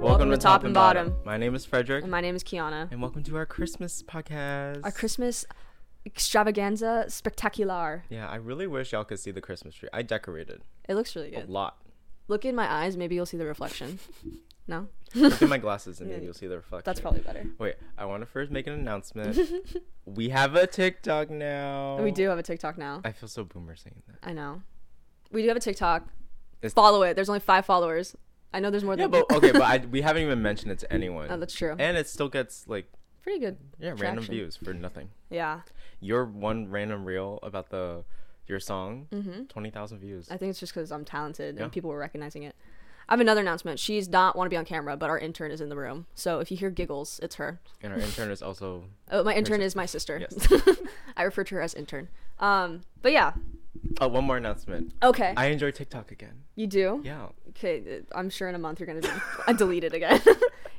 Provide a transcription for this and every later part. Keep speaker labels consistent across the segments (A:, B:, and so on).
A: Welcome to Top and Bottom.
B: My name is Frederick,
A: And my name is Kiana.
B: and welcome to our Christmas podcast.
A: Our Christmas extravaganza spectacular.
B: yeah, I really wish y'all could see the Christmas tree. I decorated
A: It looks really
B: a
A: good.
B: lot.
A: Look in my eyes, maybe you'll see the reflection. No?
B: Look at my glasses, and maybe you'll see the reflection.
A: That's probably better.
B: Wait, I want to first make an announcement. we have a TikTok now.
A: We do have a TikTok now.
B: I feel so boomer saying that.
A: I know. We do have a TikTok.
B: It's-
A: Follow it. There's only five followers. I know there's more
B: Yeah,
A: than
B: but okay, Eh. but I, we haven't even mentioned it to anyone,
A: Oh, that's true.
B: and it still gets like
A: Pretty good.
B: yeah random
A: Traction.
B: views for nothing.
A: Yeah.
B: Your one random reel about the your song,
A: Mm-hmm.
B: twenty thousand views.
A: I think it's just because I'm talented
B: Yeah.
A: and people were recognizing it. I have another announcement. She's not want to be on camera, but our intern is in the room. So if you hear giggles, it's her.
B: and our intern is also
A: Oh, my intern is my sister. I refer to her as intern. Um, but yeah.
B: Oh, one more announcement.
A: Okay.
B: I enjoy TikTok again.
A: you do?
B: Yeah.
A: Okay. th- I'm sure in a month you're gonna de- uh, delete it again.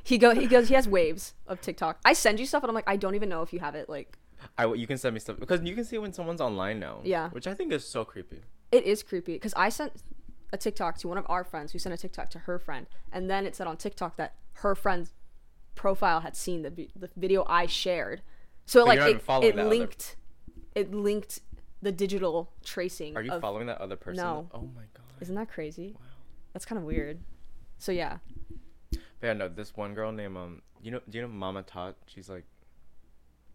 A: he go. He goes. He has waves of TikTok. I send you stuff and I'm like, I don't even know if you have it. Like,
B: I you can send me stuff because you can see when someone's online now.
A: Yeah.
B: Which I think is so creepy.
A: it is creepy because I sent a TikTok to one of our friends who sent a TikTok to her friend, and then it said on TikTok that her friend's profile had seen the vi- the video I shared. So it, like
B: you're not even
A: it,
B: following
A: it
B: that other-
A: linked, it linked the digital tracing.
B: Are you
A: of,
B: following that other person?
A: No.
B: Oh my god.
A: Isn't that crazy? That's kind of weird. So yeah,
B: But yeah, no, this one girl named um you know do you know Mama Tot? She's like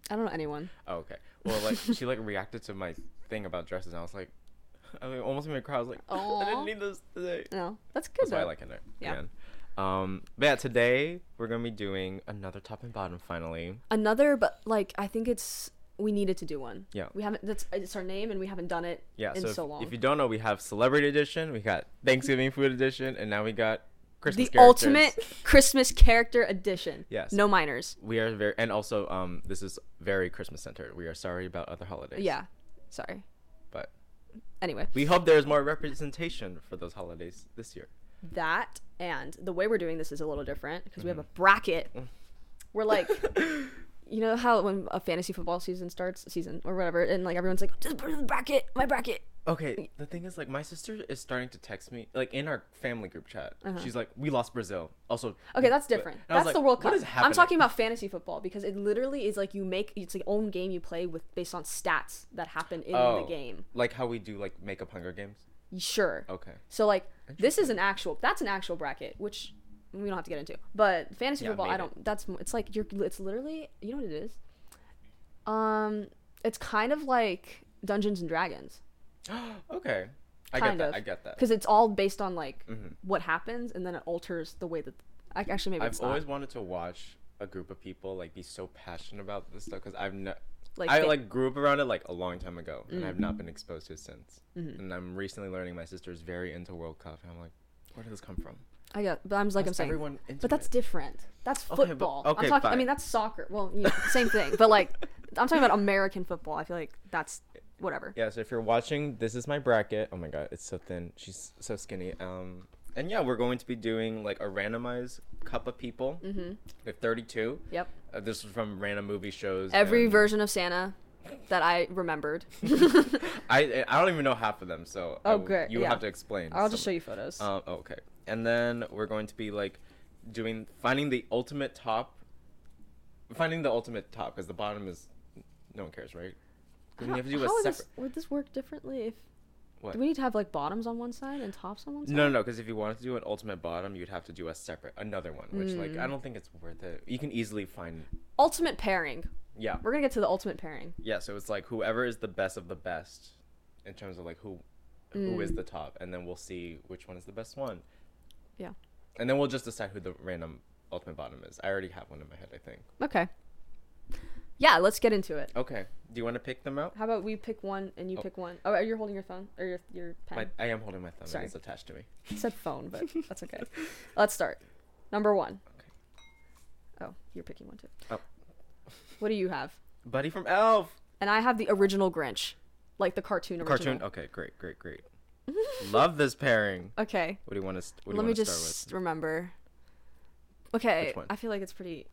A: I don't know anyone.
B: oh okay. Well like she like reacted to my thing about dresses and I was like I like, almost made me cry. I was like, I
A: Aw.
B: didn't need this today.
A: No, that's good
B: That's why I
A: though.
B: like it. there.
A: Yeah.
B: Man. Um but yeah, today we're gonna be doing another top and bottom finally.
A: Another, but like I think it's we needed to do one.
B: Yeah.
A: we haven't. That's it's our name, and we haven't done it
B: Yeah,
A: in
B: so,
A: so,
B: if,
A: long.
B: if you don't know, we have celebrity edition, we got Thanksgiving food edition, and now we got Christmas
A: the
B: characters.
A: ultimate Christmas character edition.
B: Yes.
A: No minors.
B: We are very, and also, um, this is very Christmas centered. We are sorry about other holidays.
A: Yeah. Sorry.
B: but
A: Anyway,
B: we hope there is more representation for those holidays this year.
A: that and the way we're doing this is a little different because we have
B: Mm-hmm.
A: a bracket.
B: Mm.
A: We're like, you know how when a fantasy football season starts, season or whatever, and like everyone's like, just put it in the bracket, my bracket.
B: Okay, the thing is, like, my sister is starting to text me, like, in our family group chat.
A: Uh-huh.
B: She's like, "We lost Brazil." Also,
A: Okay, that's
B: but-
A: different.
B: and I was
A: That's
B: like,
A: the World
B: "What
A: Cup.
B: is
A: I'm
B: happening?"
A: talking about fantasy football because it literally is like you make it's the own game you play with based on stats that happen in
B: Oh.
A: the game.
B: like how we do like make up Hunger Games.
A: Sure.
B: Okay,
A: So like this is an actual that's an actual bracket which we don't have to get into. But fantasy
B: Yeah,
A: football I
B: made
A: don't that's it's like you're it's literally you know what it is? Um it's kind of like Dungeons and Dragons
B: okay, I get
A: Kind
B: that.
A: of.
B: I get that.
A: because it's all based on like what happens and then it alters the way that I actually maybe it's
B: Mm-hmm. I've
A: not.
B: always wanted to watch a group of people like be so passionate about this stuff because I've not.
A: Like Mm-hmm.
B: I
A: fa-
B: like grew up around it like a long time ago, and I've not been exposed to it since.
A: Mm-hmm.
B: And I'm recently learning my sister's very into World Cup, and I'm like, where did this come from?
A: I get but I'm like I'm
B: Is
A: saying
B: everyone into
A: But that's
B: it?
A: different. That's
B: but-
A: football.
B: okay,
A: I'm talking. I
B: fine.
A: mean, that's soccer. Well, you know, same thing. But like, I'm talking about American football. I feel like that's whatever.
B: yeah. So if you're watching, this is my bracket. Oh my god, it's so thin. She's so skinny. Um, and yeah, we're going to be doing like a randomized cup of people. Mm-hmm. We have 32.
A: Yep.
B: Uh, this is from random movie shows.
A: Every
B: and
A: version of Santa that I remembered.
B: I I don't even know half of them, so I
A: Oh,
B: will-
A: great,
B: You will
A: yeah.
B: have to explain.
A: I'll just
B: some-
A: show you photos.
B: Um, okay. And then we're going to be like doing finding the ultimate top. Finding the ultimate top because the bottom is no one cares, right? Then you have to do a
A: How would
B: separate.
A: this, would this work differently if?
B: What?
A: Do we need to have like bottoms on one side and tops on one side?
B: No, no, no. Because if you wanted to do an ultimate bottom, you'd have to do a separate another one, which like
A: Hmm.
B: I don't think it's worth it. You can easily find.
A: Ultimate pairing.
B: Yeah,
A: We're gonna get to the ultimate pairing.
B: yeah. So it's like whoever is the best of the best, in terms of like who, who
A: Mm.
B: is the top, and then we'll see which one is the best one,
A: Yeah.
B: and then we'll just decide who the random ultimate bottom is. I already have one in my head, I think.
A: Okay. Yeah, let's get into it.
B: Okay. Do you want to pick them out?
A: How about we pick one and you pick one? Oh, you're holding your phone or your your pen.
B: My, I am holding my thumb.
A: Sorry.
B: and It's attached to me.
A: I said phone, but that's okay. Let's start. Number one. Oh, you're picking one too.
B: Oh.
A: What do you have?
B: Buddy from Elf.
A: And I have the original Grinch, like the cartoon original.
B: Cartoon. Okay, great, great, great. Love this pairing.
A: Okay.
B: What do you want to? What do you
A: Let me
B: want to start
A: just remember. Okay.
B: Which one?
A: I feel like it's pretty.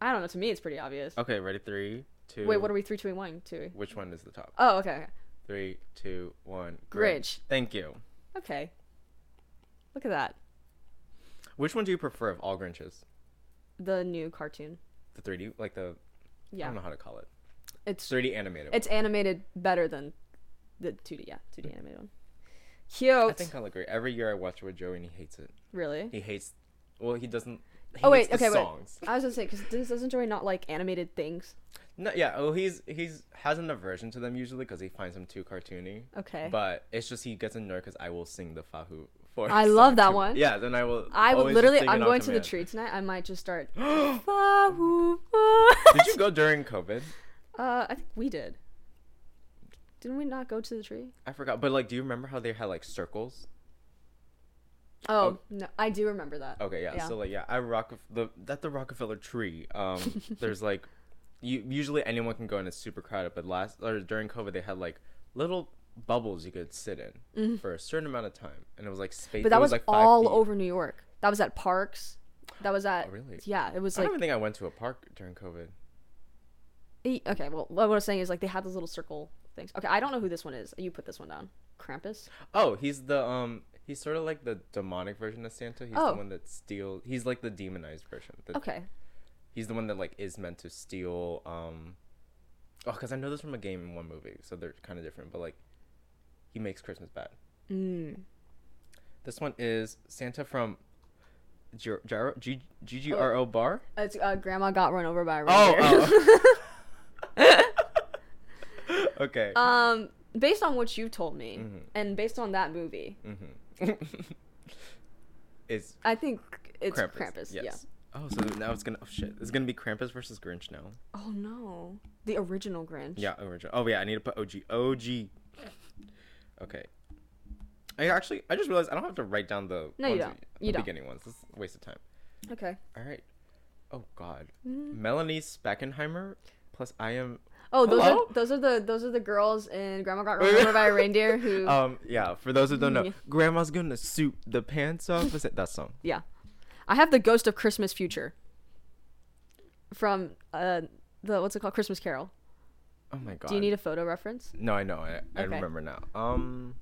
A: I don't know. To me, it's pretty obvious.
B: with? Okay, ready? Three, two.
A: Wait, what are we? Three, two, and one, two.
B: Which one is the top?
A: Oh, okay. okay.
B: Three, two, one.
A: Grinch.
B: Thank you.
A: Okay. Look at that.
B: Which one do you prefer of all Grinches?
A: The new cartoon.
B: The 3D, like the I
A: Yeah.
B: don't know how to call it.
A: It's
B: 3D animated.
A: it's animated better than the 2D. Yeah, 2D animated one. Cute.
B: I think I'll agree. Every year I watch it with Joey and he hates it.
A: really.
B: He hates. Well, he doesn't. He
A: Oh,
B: hates
A: wait, okay,
B: the
A: wait.
B: songs.
A: I was gonna say because doesn't Joey not like animated things?
B: No, yeah. Oh, he's he's has an aversion to them usually because he finds them too cartoony.
A: Okay.
B: But it's just he gets annoyed because I will sing the Fahu for.
A: I
B: his
A: love
B: song
A: that
B: too.
A: one.
B: Yeah. Then I will.
A: I would
B: always just
A: literally.
B: sing it
A: I'm
B: on
A: going to the
B: command.
A: tree tonight. I might just start. Did
B: Did you go during COVID?
A: Uh, I think we did. Didn't we not go to the tree?
B: I forgot. But like, do you remember how they had like circles?
A: Oh, no, I do remember that.
B: Okay, yeah.
A: Yeah.
B: So like, yeah, I rock the that the Rockefeller tree. Um, there's like, you usually anyone can go and it's super crowded, but last or during COVID they had like little bubbles you could sit in for a certain amount of time, and it was like space.
A: Mm-hmm. But that
B: it
A: was,
B: like five
A: all
B: feet.
A: over New York. That was at parks. That was at.
B: Oh, really?
A: Yeah, it was
B: I
A: like.
B: don't even think I went to a park during COVID.
A: e- Okay, well, what I was saying is like they had those little circle things. Okay, I don't know who this one is. You put this one down. Krampus.
B: Oh, he's the um. He's sort of like the demonic version of Santa. He's
A: Oh.
B: the one that steals. He's like the demonized version. The-
A: Okay.
B: He's the one that like is meant to steal. Um, oh, because I know this from a game and one movie, so they're kind of different. But like, he makes Christmas bad.
A: Mm.
B: This one is Santa from Gir- Gyro- G- GGRO Bar.
A: It's, uh, Grandma got run over by a
B: Oh,
A: reindeer.
B: oh. okay.
A: um, based on what you told me, and based on that movie,
B: mm-hmm. it's
A: I think it's
B: Krampus.
A: Krampus.
B: yes.
A: Yeah.
B: Oh, so now it's gonna. Oh shit! It's gonna be Krampus versus Grinch now.
A: Oh no, the original Grinch.
B: Yeah, original. Oh yeah, I need to put OG. OG. Okay. I actually, I just realized I don't have to write down the
A: No, you
B: ones
A: don't.
B: at
A: You
B: the
A: don't.
B: beginning ones. This is a waste of time.
A: Okay.
B: All right. Oh God.
A: Mm-hmm.
B: Melanie Speckenheimer plus I am.
A: Oh, those
B: Hello?
A: are, those are the those are the girls in Grandma Got Run Over by a Reindeer who.
B: Um. Yeah. For those who don't know,
A: Yeah.
B: Grandma's gonna suit the pants off. Is it that song?
A: Yeah, I have the Ghost of Christmas Future. From uh the what's it called Christmas Carol.
B: Oh my God.
A: Do you need a photo reference?
B: No, I know. I, I
A: Okay.
B: remember now. Um.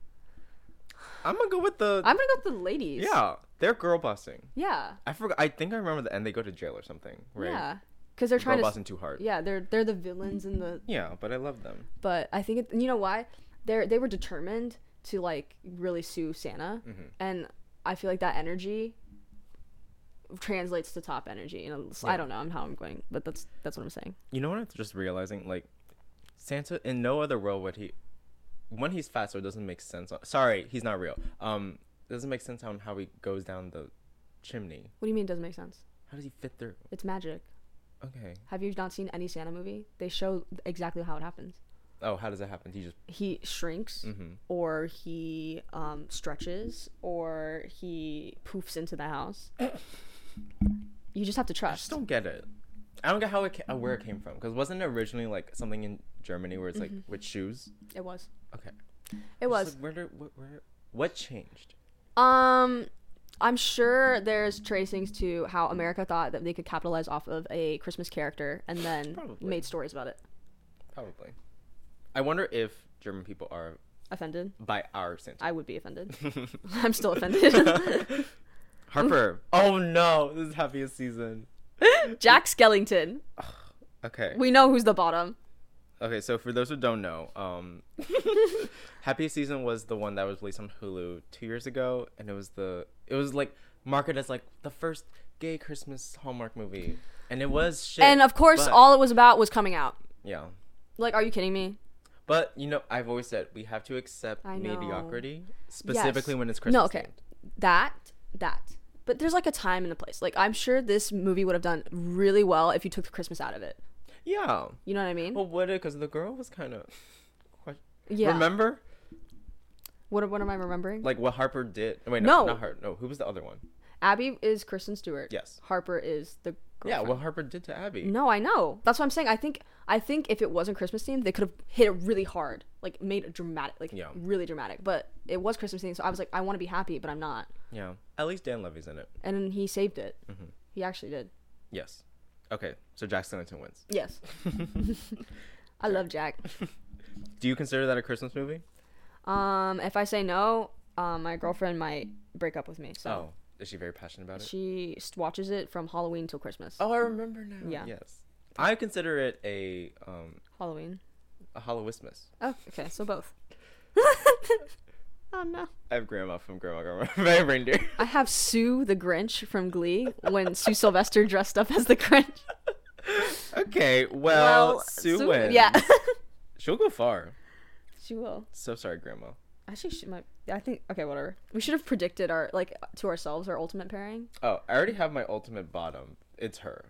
B: I'm gonna go with the.
A: I'm gonna go with the ladies.
B: yeah, they're girl bossing.
A: Yeah.
B: I forgot. I think I remember the end. They go to jail or something. Right.
A: Yeah. Because they're
B: Girl
A: trying to.
B: bossing too hard.
A: Yeah, they're they're the villains in the.
B: Yeah, but I love them.
A: But I think it, you know why they they were determined to like really sue Santa,
B: Mm-hmm.
A: and I feel like that energy translates to top energy. And I don't know I'm- how I'm going, but that's that's what I'm saying.
B: You know what I'm just realizing? Like, Santa, in no other world would he, when he's faster, it doesn't make sense. On, sorry, he's not real. Um, it doesn't make sense on how he goes down the chimney.
A: What do you mean it doesn't make sense?
B: How does he fit through?
A: It's magic.
B: Okay.
A: Have you not seen any Santa movie? They show exactly how it happens.
B: Oh, how does that happen? He just mm-hmm.
A: He shrinks,
B: Mm.
A: or he um, stretches, or he poofs into the house. you just have to
B: I
A: trust.
B: just don't get it. I don't get how it ca- uh, where it came from because wasn't it originally like something in Germany where it's like with shoes?
A: It was.
B: Okay.
A: Mm-hmm. It was.
B: Like, where did what where what changed?
A: Um, I'm sure there's tracings to how America thought that they could capitalize off of a Christmas character and then
B: Probably.
A: made stories about it.
B: Probably. I wonder if German people are
A: Offended?
B: by our Santa.
A: I would be offended. I'm still offended.
B: Harper. oh no, this is happiest season.
A: Jack Skellington.
B: Okay.
A: We know who's the bottom.
B: Okay, so for those who don't know, um Happiest Season was the one that was released on Hulu 2 years ago and it was the it was like marketed as like the first gay Christmas Hallmark movie. And it was shit.
A: And of course,
B: but-
A: all it was about was coming out.
B: Yeah.
A: Like, are you kidding me?
B: But you know, I've always said we have to accept
A: I know.
B: mediocrity, specifically when it's Christmas.
A: No, okay. That, that. But there's like a time and a place. Like, I'm sure this movie would have done really well if you took the Christmas out of it.
B: themed. Yeah.
A: You know what I mean?
B: Well, what? Because the girl was kind of.
A: yeah.
B: Remember,
A: what, what am I remembering?
B: like what Harper did. Wait, no,
A: No.
B: not Harper. No, who was the other one?
A: Abby is Kristen Stewart.
B: Yes.
A: Harper is the
B: Yeah,
A: girlfriend.
B: what Harper did to Abby.
A: No, I know. That's what I'm saying. I think I think if it wasn't Christmas themed, they could have hit it really hard, like made it dramatic, like
B: Yeah.
A: really dramatic. But it was Christmas themed, so I was like, I want to be happy, but I'm not.
B: Yeah. At least Dan Levy's in it.
A: And then he saved it.
B: Mm-hmm.
A: He actually did.
B: Yes. Okay, so Jack Skellington wins.
A: Yes. I love Jack.
B: Do you consider that a Christmas movie?
A: uh, Um, if I say no, um, my girlfriend might break up with me. So
B: Oh, Is she very passionate about it?
A: She s- watches it from Halloween till Christmas.
B: oh, I remember now.
A: Yeah.
B: Yes. I consider it a um
A: Halloween.
B: a Hallowismas.
A: Oh, okay. So both. oh no.
B: I have grandma from Grandma Grandma by Reindeer.
A: I have Sue the Grinch from Glee when Sue Sylvester dressed up as the Grinch.
B: okay, well, Sue, wins.
A: Yeah.
B: She'll go far.
A: she will.
B: So sorry, Grandma.
A: Actually, she might. I think. Okay, whatever. We should have predicted our like to ourselves our ultimate pairing.
B: Oh, I already have my ultimate bottom. It's her.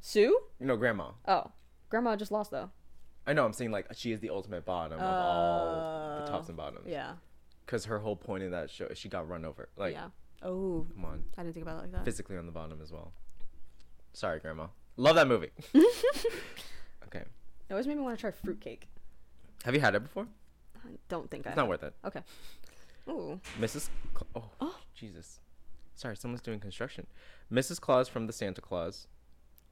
A: Sue.
B: No, Grandma.
A: Oh, Grandma just lost though.
B: I know. I'm saying like she is the ultimate bottom of all the tops and bottoms.
A: Yeah.
B: Because her whole point in that show is she got run over. Like,
A: Yeah. Oh,
B: come on,
A: I didn't think about it like that.
B: physically on the bottom as well. Sorry, Grandma. Love that movie. okay.
A: It always made me want to try fruitcake.
B: Have you had it before?
A: I don't think I.
B: It's not worth it.
A: Okay. Ooh.
B: Mrs. Cla- oh, Jesus. Sorry, someone's doing construction. Mrs. Claus from the Santa Claus.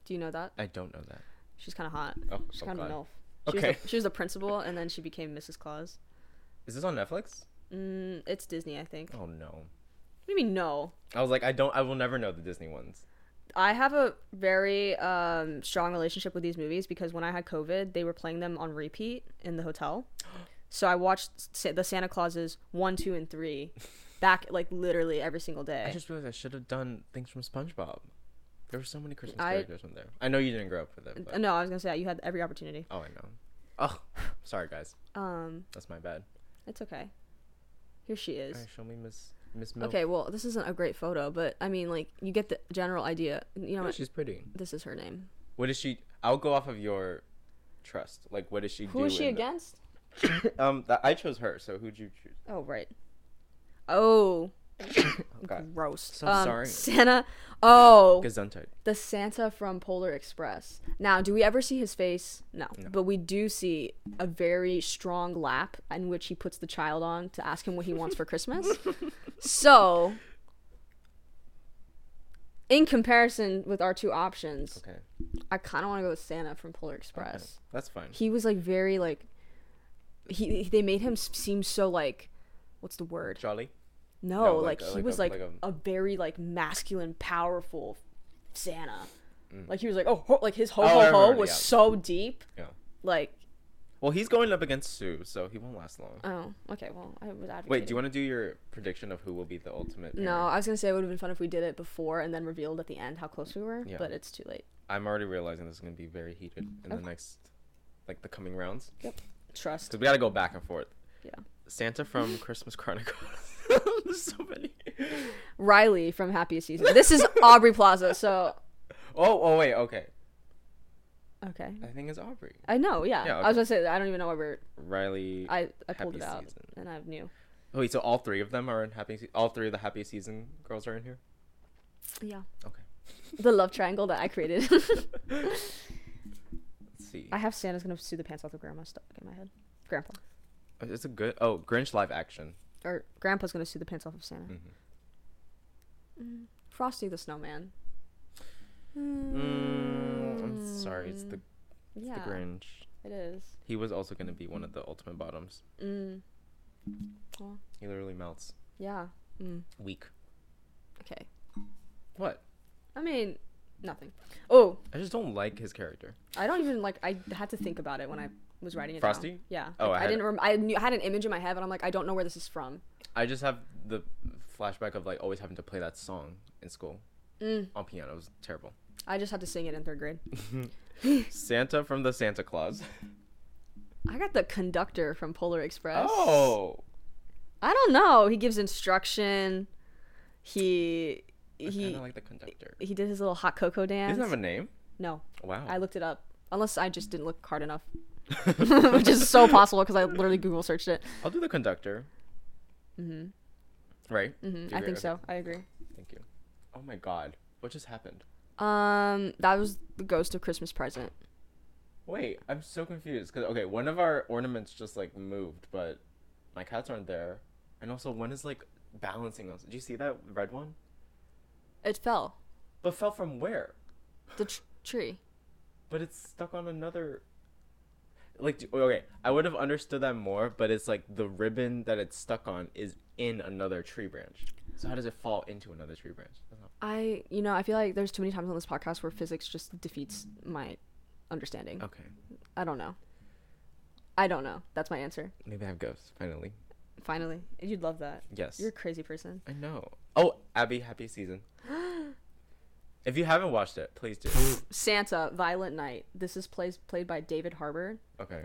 A: Do you know that?
B: I don't know that.
A: She's kind of hot.
B: Oh,
A: She's
B: oh
A: kind of an
B: God.
A: elf. She Was
B: Okay.
A: the, she was the principal, and then she became Mrs. Claus.
B: Is this on Netflix?
A: Mm, it's Disney, I think. What
B: Oh no.
A: do you mean no?
B: I was like, I don't. I will never know the Disney ones.
A: I have a very um, strong relationship with these movies because when I had COVID, they were playing them on repeat in the hotel. So I watched Sa- the Santa Clauses one, two, and three back like literally every single
B: I
A: day.
B: just realized I should have done things from SpongeBob. There were so many Christmas
A: I-
B: characters on there. I know you didn't grow up with it, but
A: no, I was gonna say you had every opportunity.
B: oh, I know. Oh, sorry guys,
A: Um,
B: that's my bad.
A: it's okay. Here she is.
B: All right, show me Miss Miss Milk.
A: Okay, well, this isn't a great photo, but I mean, like, you get the general idea. You know,
B: Yeah,
A: what?
B: she's pretty.
A: this is her name.
B: What is she? I'll go off of your trust. Like, what does she do?
A: Who is she
B: in the-
A: against?
B: um, th- I chose her. So who'd you choose?
A: Oh, right. Oh,
B: Okay.
A: gross.
B: So
A: Um,
B: sorry.
A: Santa. Oh,
B: Gesundheit.
A: the Santa from Polar Express. Now, do we ever see his face? No. But we do see a very strong lap in which he puts the child on to ask him what he wants for Christmas. So, in comparison with our two options,
B: Okay,
A: I kind of want to go with Santa from Polar Express.
B: that's fine.
A: He was like very like he they made him s- seem so like what's the word?
B: Jolly.
A: No,
B: No, like
A: like,
B: a-
A: he
B: like
A: was
B: a-
A: like,
B: like
A: a,
B: a-
A: very like masculine, powerful Santa. Like he was like oh ho, like his ho
B: Mm. I
A: ho ho
B: remember,
A: was
B: yeah.
A: so deep.
B: Yeah.
A: Like
B: Well, he's going up against Sue, so he won't last long.
A: oh okay well I was advocating.
B: Wait, do you want to do your prediction of who will be the ultimate?
A: No, I was gonna say it would have been fun if we did it before and then revealed at the end how close we were,
B: Yeah.
A: but it's too late.
B: I'm already realizing this is gonna be very heated in the next, like the coming rounds,
A: Trust.
B: because we gotta go back and forth.
A: Yeah.
B: Santa from Christmas Chronicles. There's so many.
A: Riley from Happiest Season. This is Aubrey Plaza, so
B: Oh, oh wait, okay.
A: okay.
B: I think it's Aubrey.
A: I know, yeah.
B: Yeah,
A: I was gonna say I don't even know why we're
B: Riley.
A: I, I pulled
B: Happy
A: it out
B: Season.
A: and I knew.
B: Oh, wait, so all three of them are in Happy. Se- all three of the Happy Season girls are in here.
A: Yeah.
B: Okay.
A: The love triangle that I created.
B: Let's see.
A: I have Santa's gonna sue the pants off of grandma stuck in my head. Grandpa.
B: It's a good. Oh, Grinch live action. Mm-hmm.
A: Or grandpa's gonna sue the pants off of Santa. Mm. Frosty the snowman.
B: Mm, I'm sorry, it's the,
A: Yeah.
B: the Grinch.
A: It is.
B: He was also gonna be one of the ultimate bottoms.
A: Mm.
B: He literally melts.
A: Yeah. Mm.
B: Weak.
A: Okay.
B: What?
A: I mean nothing. Oh,
B: I just don't like his character.
A: I don't even like I had to think about it when I was writing it. down.
B: Frosty?
A: Yeah.
B: Oh,
A: Like,
B: I
A: I,
B: had-
A: didn't rem- I, knew, I had an image in my head, but I'm like, I don't know where this is from.
B: I just have the flashback of like always having to play that song in school on piano. It was terrible.
A: Mm, I just had to sing it in third grade.
B: Santa from the Santa Claus.
A: I got the conductor from Polar Express.
B: Oh,
A: I don't know. He gives instruction. He
B: kind
A: he
B: of like the conductor.
A: he did his little hot cocoa
B: He
A: dance.
B: doesn't have a name.
A: no,
B: Wow.
A: I looked it up. Unless I just didn't look hard enough, which is so possible because I literally Google searched it.
B: I'll do the conductor. Mm-hmm. Right.
A: Mhm, I think so. I agree.
B: Thank you. Oh my God, what just happened?
A: Um, that was the ghost of Christmas present.
B: Wait, I'm so confused. Cause okay, one of our ornaments just like moved, but my cats aren't there. And also, one is like balancing us. Did you see that red one?
A: It fell.
B: But fell from where?
A: The tr- tree.
B: But it's stuck on another. Like do- okay, I would have understood that more, but it's like the ribbon that it's stuck on is in another tree branch. So how does it fall into another tree branch? That's not-
A: I, you know, I feel like there's too many times on this podcast where physics just defeats my understanding.
B: Okay,
A: I don't know. I don't know. That's my answer.
B: maybe I have ghosts finally.
A: Finally, you'd love that.
B: Yes,
A: You're a crazy person.
B: I know. Oh, Abby, happy season. if you haven't watched it, please do.
A: Santa, Violent Night. This is plays played by David Harbour.
B: okay.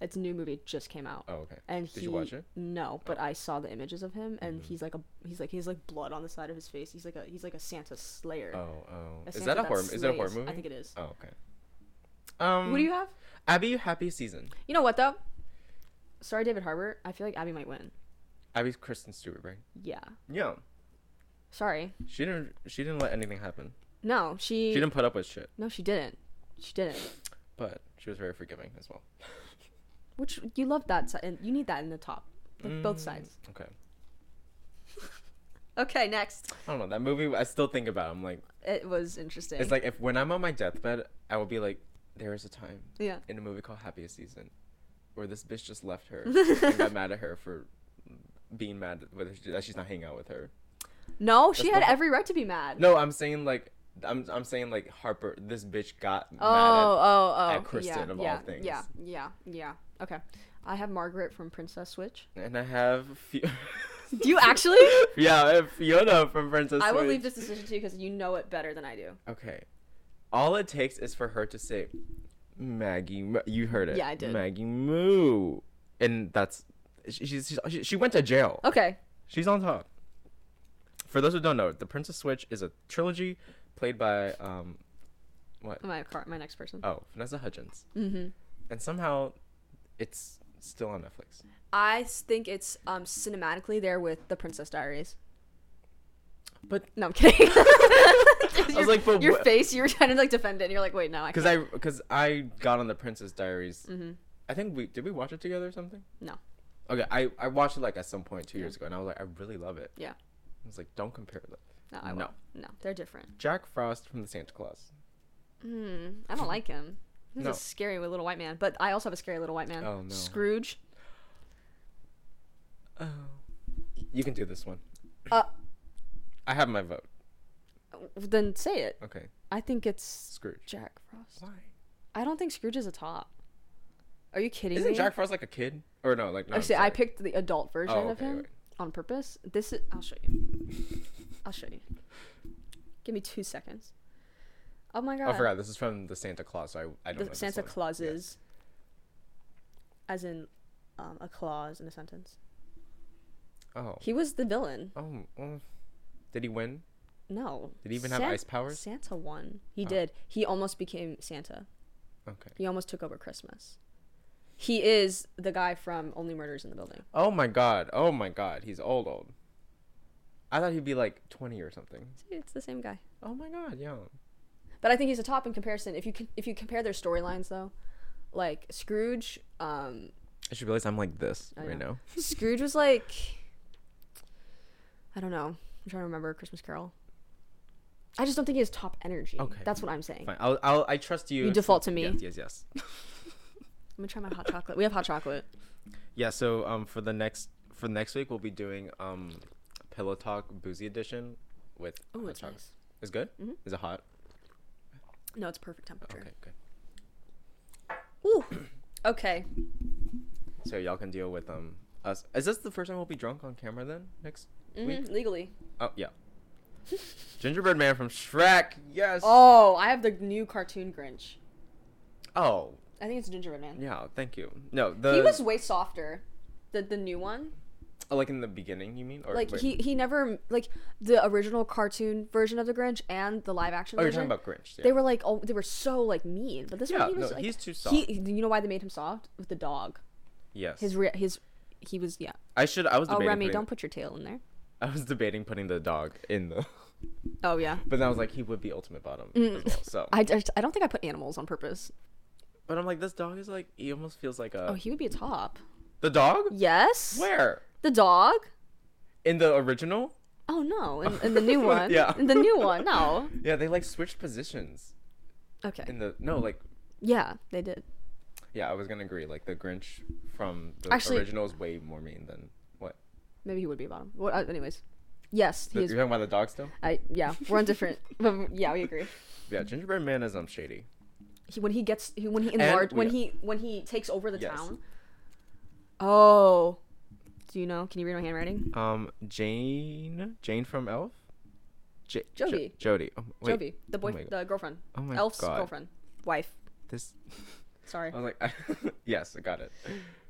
A: It's a new movie just came out.
B: Oh, okay.
A: And
B: Did
A: he,
B: you watch it? Oh. Mm-hmm.
A: No, but I saw the images of him, and he's like a he's like he has like blood on the side of his face. He's like a he's like a Santa Slayer.
B: Oh, oh.
A: A
B: Is
A: Santa
B: that a horror? Is that a horror
A: slays.
B: movie?
A: I think it is.
B: Oh, okay. Um,
A: What do you have?
B: Abby, happy season.
A: You know what though? Sorry, David Harbour. I feel like Abby might win.
B: Abby's Kristen Stewart, right?
A: Yeah.
B: Yeah.
A: Sorry.
B: She didn't. She didn't let anything happen.
A: No, she.
B: She didn't put up with shit,
A: no, she didn't. She didn't.
B: but she was very forgiving as well.
A: Which you love that side, and you need that in the top, like
B: Mm.
A: both sides.
B: Okay.
A: Okay, next.
B: I don't know that movie. I still think about. It. I'm like,
A: It was interesting.
B: it's like if when I'm on my deathbed, I will be like, there was a time
A: yeah.
B: in a movie called Happiest Season, where this bitch just left her and got mad at her for being mad with her, that she's not hanging out with her.
A: No, she
B: That's
A: had
B: the-
A: every right to be mad.
B: No, I'm saying like, I'm I'm saying like Harper. This bitch got
A: oh,
B: mad at
A: oh, oh.
B: at Kristen,
A: yeah,
B: of all
A: yeah,
B: things.
A: Yeah, yeah, yeah. Okay. I have Margaret from Princess Switch.
B: and I have Fi-
A: Do you actually?
B: yeah, I have Fiona from Princess.
A: I will
B: Switch.
A: leave this decision to you because you know it better than I do.
B: Okay, all it takes is for her to say, "Maggie, Mo-" you heard it.
A: Yeah, I did.
B: Maggie Moo, and that's she, she's, she's- she she went to jail.
A: Okay.
B: She's on top. For those who don't know, the Princess Switch is a trilogy played by um, what?
A: My car, my next person.
B: Oh, Vanessa Hudgens,
A: Mm-hmm.
B: and somehow it's still on Netflix.
A: I think it's um cinematically there with the Princess Diaries.
B: But
A: No, I'm kidding.
B: I
A: your,
B: was like, but
A: your
B: wh-
A: face, you were trying to like defend it, and you're like, wait, no, I
B: because
A: can't.
B: I because I got on the Princess Diaries.
A: Mhm.
B: I think we did we watch it together or something.
A: No.
B: Okay, I I watched it like at some point two years ago, and I was like, I really love it.
A: Yeah.
B: I was like, don't compare them.
A: No, I
B: No.
A: won't. No, they're different.
B: Jack Frost from the Santa Claus.
A: Hmm. I don't like him. He's
B: No.
A: a scary little white man. But I also have a scary little white man.
B: Oh, no.
A: Scrooge.
B: Oh. You can do this one.
A: Uh,
B: I have my vote.
A: then say it.
B: Okay,
A: I think it's
B: Scrooge.
A: Jack Frost.
B: Why?
A: I don't think Scrooge is a top. Are you kidding
B: Isn't
A: me?
B: Jack Frost like a kid? Or no, like no.
A: I
B: I'm
A: Oh, see, I
B: sorry.
A: picked the adult version
B: Oh,
A: of
B: okay,
A: him
B: wait.
A: on purpose. This is. I'll show you. I'll show you. Give me two seconds. Oh my god.
B: I forgot. This is from the Santa Claus. So I, I don't know.
A: The
B: this
A: Santa
B: one.
A: Clauses, is as in um, a clause in a sentence.
B: Oh.
A: He was the villain.
B: Oh. well, Did he win?
A: No.
B: Did he even have ice powers?
A: Santa won.
B: Oh.
A: He did. He almost became Santa.
B: Okay.
A: He almost took over Christmas. He is the guy from Only Murders in the Building.
B: Oh my god. Oh my god. He's old old. I thought he'd be like 20 or something.
A: See, it's the same guy.
B: Oh my god, yeah.
A: But I think he's a top in comparison. If you con- if you compare their storylines though, like Scrooge, um,
B: I should realize I'm like this
A: I
B: right
A: know.
B: now.
A: Scrooge was like, I don't know. I'm trying to remember Christmas Carol. I just don't think he has top energy.
B: Okay.
A: That's what I'm saying.
B: Fine. I'll, I'll I trust you.
A: You
B: to-
A: default to me.
B: Yes, yes, yes.
A: I'm gonna try my hot chocolate. We have hot chocolate.
B: Yeah, so um for the next for next week we'll be doing um Pillow Talk Boozy Edition with
A: Oh,
B: hot
A: it's
B: chocolate.
A: nice.
B: Is good?
A: Mhm.
B: Is it hot?
A: No, it's perfect temperature.
B: Okay, good.
A: Ooh. Okay.
B: So y'all can deal with um us. Is this the first time we'll be drunk on camera then? Next week?
A: Mhm, Legally.
B: Oh, yeah. Gingerbread Man from Shrek. Yes.
A: Oh, I have the new cartoon Grinch.
B: oh,
A: I think it's Gingerbread Man.
B: yeah, thank you. No, the
A: he was way softer. The the new one.
B: Oh, like in the beginning, you mean? Or
A: Like
B: wait.
A: he he never like the original cartoon version of the Grinch and the live action
B: Oh, you're
A: version.
B: talking about Grinch. Yeah.
A: They were like, oh, they were so like mean, but this
B: Yeah,
A: one he was
B: no,
A: like,
B: he's too
A: He, you know why they made him soft with the dog?
B: yes.
A: His re- his he was yeah.
B: I should. I was
A: Oh
B: debating.
A: Remy,
B: putting,
A: don't put your tail in there.
B: I was debating putting the dog in the.
A: Oh yeah,
B: But then I was like, he would be ultimate bottom
A: Mm.
B: as well. So,
A: I, just- I don't think I put animals on purpose.
B: but I'm like, this dog is like, he almost feels like a
A: Oh, he would be a top.
B: the dog.
A: Yes.
B: Where
A: The dog.
B: in the original?
A: Oh no, and, and the new one.
B: Yeah.
A: And the new one. No.
B: Yeah, they like switched positions
A: Okay.
B: in the no, like
A: Yeah, they did.
B: yeah, I was gonna agree. Like the Grinch from the
A: Actually-
B: original is way more mean than what?
A: Maybe he would be a bottom. Well, uh, anyways, Yes, he
B: You're
A: is.
B: talking about the dog still?
A: I yeah, we're on different. but yeah, we agree.
B: Yeah, Gingerbread Man is um shady.
A: He, when he gets he, when he enlarge
B: we-
A: when he when he takes over the
B: Yes.
A: town. Oh, do you know? Can you read my handwriting?
B: Um, Jane, Jane from Elf, J- Jo-
A: Jody.
B: Jody. Oh, wait,
A: Jovi, the boy,
B: Oh my,
A: the girlfriend,
B: oh my
A: Elf's
B: God.
A: girlfriend, wife.
B: This.
A: Sorry.
B: I was like, yes, I got it.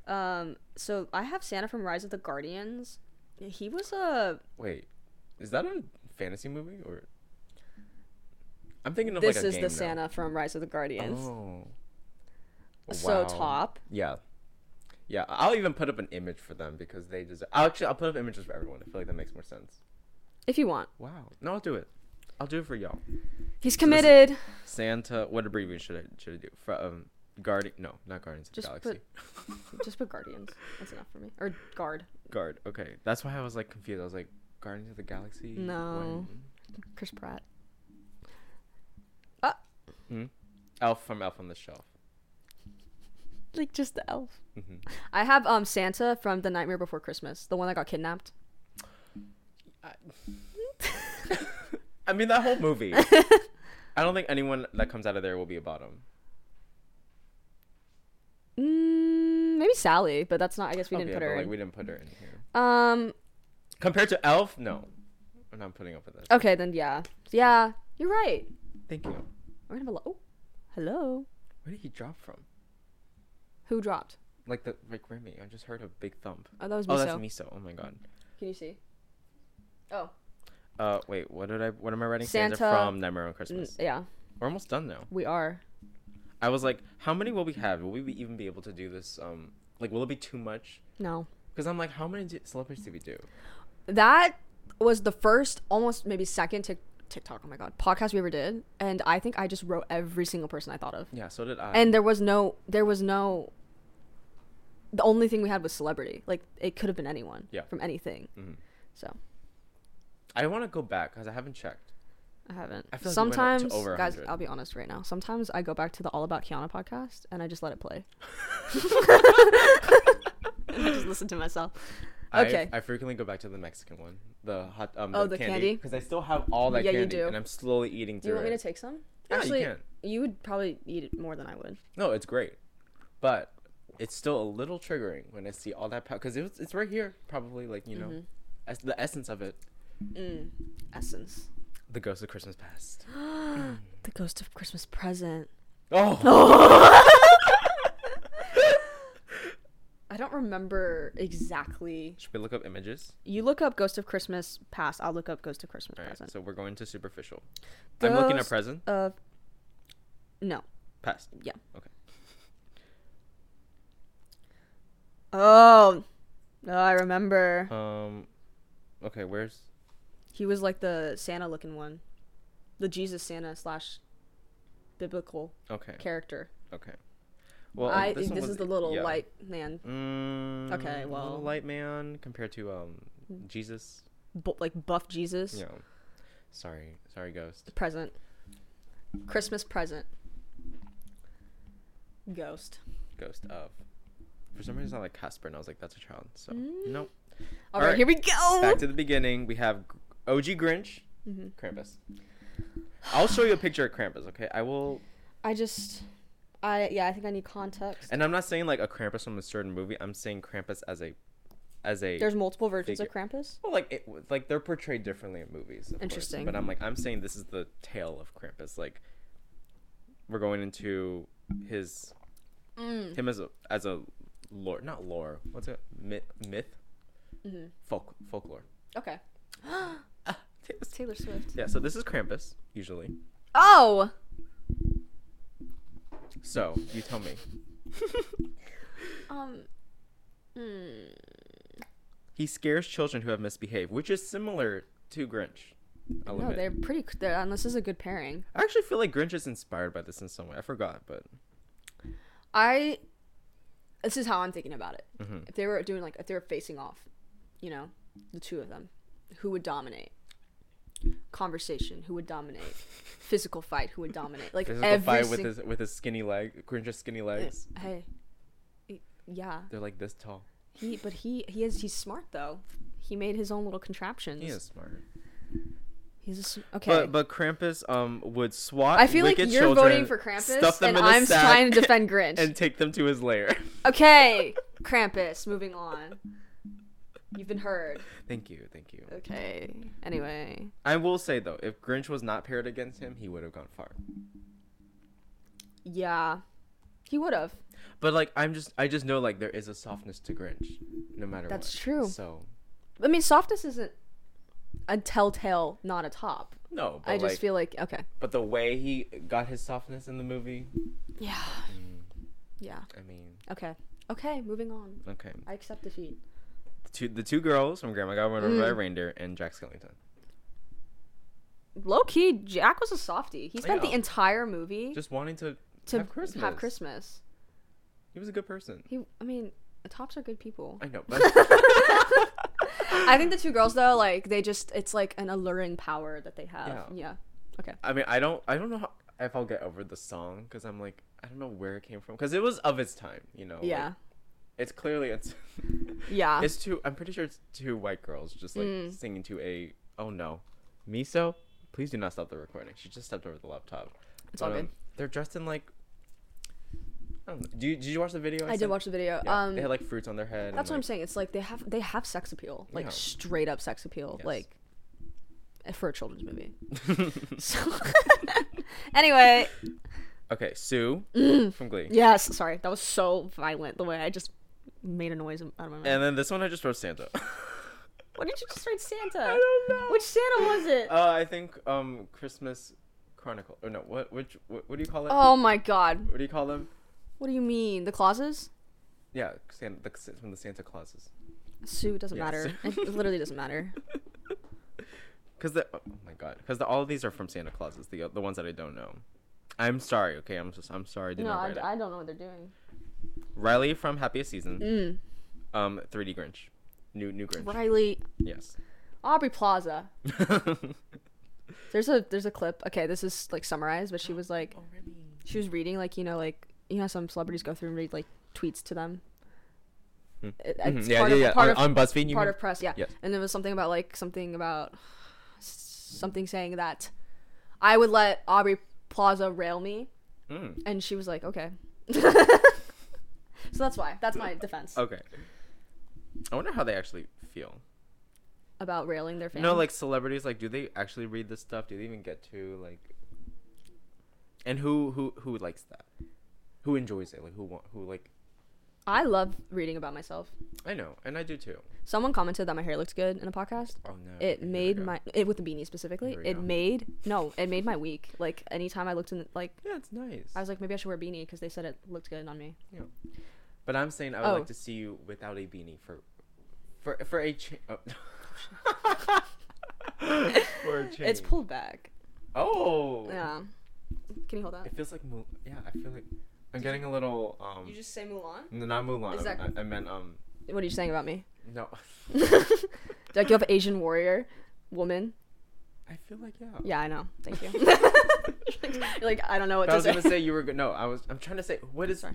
B: Oh.
A: Um, so I have Santa from Rise of the Guardians. He was uh, a
B: Wait, is that a fantasy movie or? I'm thinking of
A: this
B: like a
A: is
B: game
A: the
B: now.
A: Santa from Rise of the Guardians.
B: Oh.
A: So
B: Wow.
A: top.
B: Yeah. Yeah, I'll even put up an image for them because they deserve. I'll actually, I'll put up images for everyone. I feel like that makes more sense.
A: If you want.
B: Wow. No, I'll do it. I'll do it for y'all.
A: He's
B: listen,
A: committed.
B: Santa. What abbreviation should I should I do? For, um, guard. No, not Guardians of the
A: Just
B: Galaxy.
A: Just put Guardians. That's enough for me. Or guard.
B: Guard. Okay, that's why I was like confused. I was like, Guardians of the Galaxy.
A: No.
B: when-
A: Chris Pratt.
B: Elf from Elf on the Shelf.
A: Like just the elf.
B: hmm
A: I have um Santa from The Nightmare Before Christmas, the one that got kidnapped.
B: I mean that whole movie. I don't think anyone that comes out of there will be a bottom.
A: Mm, maybe Sally, but that's not. I guess we
B: Oh,
A: didn't
B: yeah,
A: put
B: but,
A: her
B: like,
A: in.
B: we didn't put her in here.
A: Um.
B: Compared to Elf, no, I'm not putting up with this.
A: Okay, then yeah, yeah, you're right.
B: Thank you.
A: We're gonna have a lo- oh, hello.
B: Where did he drop from?
A: Who dropped?
B: Like the like Remy. I just heard a big thump.
A: Oh, that was
B: Oh,
A: Miso.
B: that's Miso. Oh my god.
A: Can you see? Oh,
B: Uh, wait. What did I? What am I writing?
A: Santa-
B: from Nightmare on
A: n-
B: Christmas.
A: Mm, yeah,
B: We're almost done now.
A: we are.
B: I was like, how many will we have? Will we be- even be able to do this? Um, like, will it be too much?
A: No,
B: Because I'm like, how many di- celebrities did we do?
A: that was the first, almost maybe second tic- TikTok. Oh my god, podcast we ever did, and I think I just wrote every single person I thought of,
B: Yeah, so did I.
A: and there was no, there was no. The only thing we had was celebrity. Like it could have been anyone.
B: Yeah.
A: From anything.
B: Mhm.
A: So
B: I want to go back because I haven't checked.
A: I haven't.
B: I feel like we went up to
A: sometimes,
B: over
A: guys,
B: 100.
A: I'll be honest right now. Sometimes I go back to the All About Kiana podcast and I just let it play. and I just listen to myself.
B: I-
A: Okay.
B: I, frequently go back to the Mexican one, the hot. Um,
A: Oh, the candy?
B: Because I still have all that
A: Yeah, you
B: candy,
A: do.
B: and I'm slowly eating
A: Do
B: through
A: you want
B: it.
A: me to take some?
B: Yeah, you
A: Actually,
B: can.
A: you would probably eat it more than I would.
B: no, it's great, but it's still a little triggering when I see all that pow because it was, it's right here, probably like you know,
A: Mm-hmm.
B: as the essence of it.
A: Mm. Essence.
B: The ghost of Christmas past.
A: The ghost of Christmas present.
B: Oh,
A: I don't remember exactly.
B: should we look up images?
A: You look up Ghost of Christmas Past. I'll look up Ghost of Christmas
B: All right,
A: Present.
B: so we're going to superficial. I'm looking at
A: Ghost
B: present,
A: Of no,
B: past.
A: yeah.
B: Okay.
A: Oh, no, I remember.
B: Um, okay, where's?
A: He was like the Santa looking one, the Jesus Santa slash biblical
B: Okay,
A: character.
B: okay. Well, um,
A: I this,
B: one was-
A: is the little
B: yeah.
A: light man,
B: Mm,
A: Okay, well- Hmm.
B: little light man compared to um Jesus.
A: bu- like buff Jesus
B: Yeah. Sorry, sorry, ghost.
A: present, Christmas present, ghost.
B: Ghost of. For some reason, I like Casper, and I was like, that's a child. So
A: Mm.
B: nope.
A: All right,
B: right.
A: here we go.
B: Back to the beginning. We have G- OG Grinch,
A: Mm-hmm.
B: Krampus. I'll show you a picture of Krampus. Okay, I will.
A: I just, I yeah, I think I need context.
B: And I'm not saying like a Krampus from a certain movie. I'm saying Krampus as a, as a.
A: There's multiple versions of Krampus.
B: Well, like it, was- like they're portrayed differently in movies. Of course,
A: Interesting.
B: but I'm like, I'm saying this is the tale of Krampus. Like, we're going into his
A: Mm,
B: him as a as a lore, not lore. What's it? Myth, myth,
A: Mm-hmm.
B: folk, folklore.
A: Okay, Taylor Swift.
B: yeah. So this is Krampus usually.
A: Oh,
B: So you tell me,
A: um, hmm.
B: he scares children who have misbehaved, which is similar to Grinch. I'll
A: no,
B: admit.
A: they're pretty. They're, and this is a good pairing.
B: I actually feel like Grinch is inspired by this in some way. I forgot, but
A: I this is how I'm thinking about it.
B: Mm-hmm.
A: If they were doing like if they were facing off, you know, the two of them, who would dominate? Conversation, who would dominate? Physical fight, who would dominate? Like
B: physical
A: every
B: fight with
A: sing-
B: his with his skinny leg, Grinch's skinny legs.
A: Hey. Yeah.
B: They're like this tall.
A: He but he he is he's smart though. He made his own little contraptions.
B: He is smart.
A: He's just, okay.
B: But but Krampus um would swat.
A: I feel like
B: wicked
A: you're
B: children,
A: voting for Krampus,
B: stuff them
A: and
B: in a
A: I'm
B: sack,
A: trying to defend Grinch.
B: and take them to his lair.
A: Okay, Krampus. Moving on. You've been heard.
B: thank you, thank you.
A: Okay. Anyway,
B: I will say though, if Grinch was not paired against him, he would have gone far.
A: yeah, he would have.
B: But like I'm just I just know like there is a softness to Grinch, no matter what.
A: That's true.
B: So
A: I mean, softness isn't a telltale, not a top.
B: no, but
A: I just
B: like,
A: feel like okay.
B: but the way he got his softness in the movie,
A: Yeah. Yeah.
B: I mean,
A: Okay. Okay. Moving on.
B: okay.
A: I accept defeat.
B: The two, the two girls from Grandma Got Run Over
A: Mm.
B: by a Reindeer and Jack Skellington.
A: Low key, Jack was a softie. He spent the
B: Yeah.
A: entire movie
B: Just wanting to,
A: to
B: have Christmas.
A: have Christmas.
B: He was a good person.
A: He, I mean, tops are good people.
B: I know, but
A: I think the two girls though, like they just, it's like an alluring power that they have. Yeah.
B: Yeah. Oh, I mean, I don't, I don't know how, if I'll get over the song because I'm like, I don't know where it came from because it was of its time, you know. like,
A: Yeah.
B: it's clearly it's.
A: Yeah. Mm.
B: It's two. I'm pretty sure it's two white girls just like singing to a. Oh no, Miso, please do not stop the recording. She just stepped over the laptop. um,
A: It's all good.
B: they're dressed in like. I don't know. Do you, did you watch the video?
A: I did
B: sent?
A: watch the video.
B: Yeah,
A: um,
B: they had like fruits on their head.
A: that's what
B: and,
A: I'm saying. It's like they have they have sex appeal, like
B: Yeah.
A: straight up sex appeal,
B: Yes.
A: like for a children's movie.
B: what I'm saying.
A: So anyway,
B: okay, Sue from Glee.
A: yes. Sorry, that was so violent the way I just made a noise out of my mouth.
B: And then this one I just wrote Santa.
A: What did you just write, Santa?
B: I don't know.
A: Which Santa was it?
B: Uh, I think um Christmas Chronicle. Or no, what which what, what do you call it?
A: oh my God!
B: What do you call them?
A: What do you mean the clauses?
B: Yeah, Santa, the, from the Santa Clauses.
A: Sue it doesn't
B: Yes.
A: matter. It literally doesn't matter.
B: Cause the oh my god, cause the, all of these are from Santa Clauses. The the ones that I don't know. I'm sorry. Okay, I'm just I'm sorry. I did
A: no,
B: not
A: I,
B: write it.
A: I don't know what they're doing.
B: Riley from Happiest Season. Um, 3D Grinch, new new Grinch.
A: Mm. Riley,
B: Yes.
A: Aubrey Plaza. There's a there's a clip. Okay, this is like summarized, but she was like she was reading like you know like you know how some celebrities go through and read like tweets to them. It- It's
B: Hmm. Mm-hmm. yeah,
A: part
B: yeah,
A: of,
B: yeah.
A: Part
B: On,
A: of,
B: on BuzzFeed, you
A: part
B: mean?
A: of press, yeah.
B: Yes.
A: And there was something about like something about something saying that I would let Aubrey Plaza rail me,
B: Mm.
A: and she was like, okay. so that's why that's my defense
B: Okay. I wonder how they actually feel.
A: about railing their fans.
B: No, like celebrities, like do they actually read this stuff? Do they even get to like? And who who who likes that? Who enjoys it? Like who want who like?
A: I love reading about myself.
B: I know, and I do too.
A: Someone commented that my hair looks good in a podcast.
B: Oh no. here
A: It
B: we
A: made
B: go.
A: my it with the beanie specifically.
B: Here we
A: It
B: go.
A: made no, it made my week. Like anytime I looked in, like
B: Yeah, it's nice.
A: I was like, maybe I should wear a beanie because they said it looked good on me.
B: But I'm saying I would
A: Oh.
B: like to see you without a beanie for, for for a change. Oh. for a change.
A: It's pulled back.
B: Oh.
A: Yeah. Can you hold that?
B: It feels like Mul- yeah. I feel like I'm getting a little um.
A: You just say Mulan.
B: n- not Mulan.
A: Is that-
B: I, I meant um.
A: What are you saying about me?
B: No.
A: like you have Asian warrior woman.
B: I feel like yeah.
A: Yeah, I know. Thank you. You're like I don't know what
B: I
A: to
B: was
A: say.
B: gonna say you were go- no. I was. I'm trying to say what is.
A: Sorry.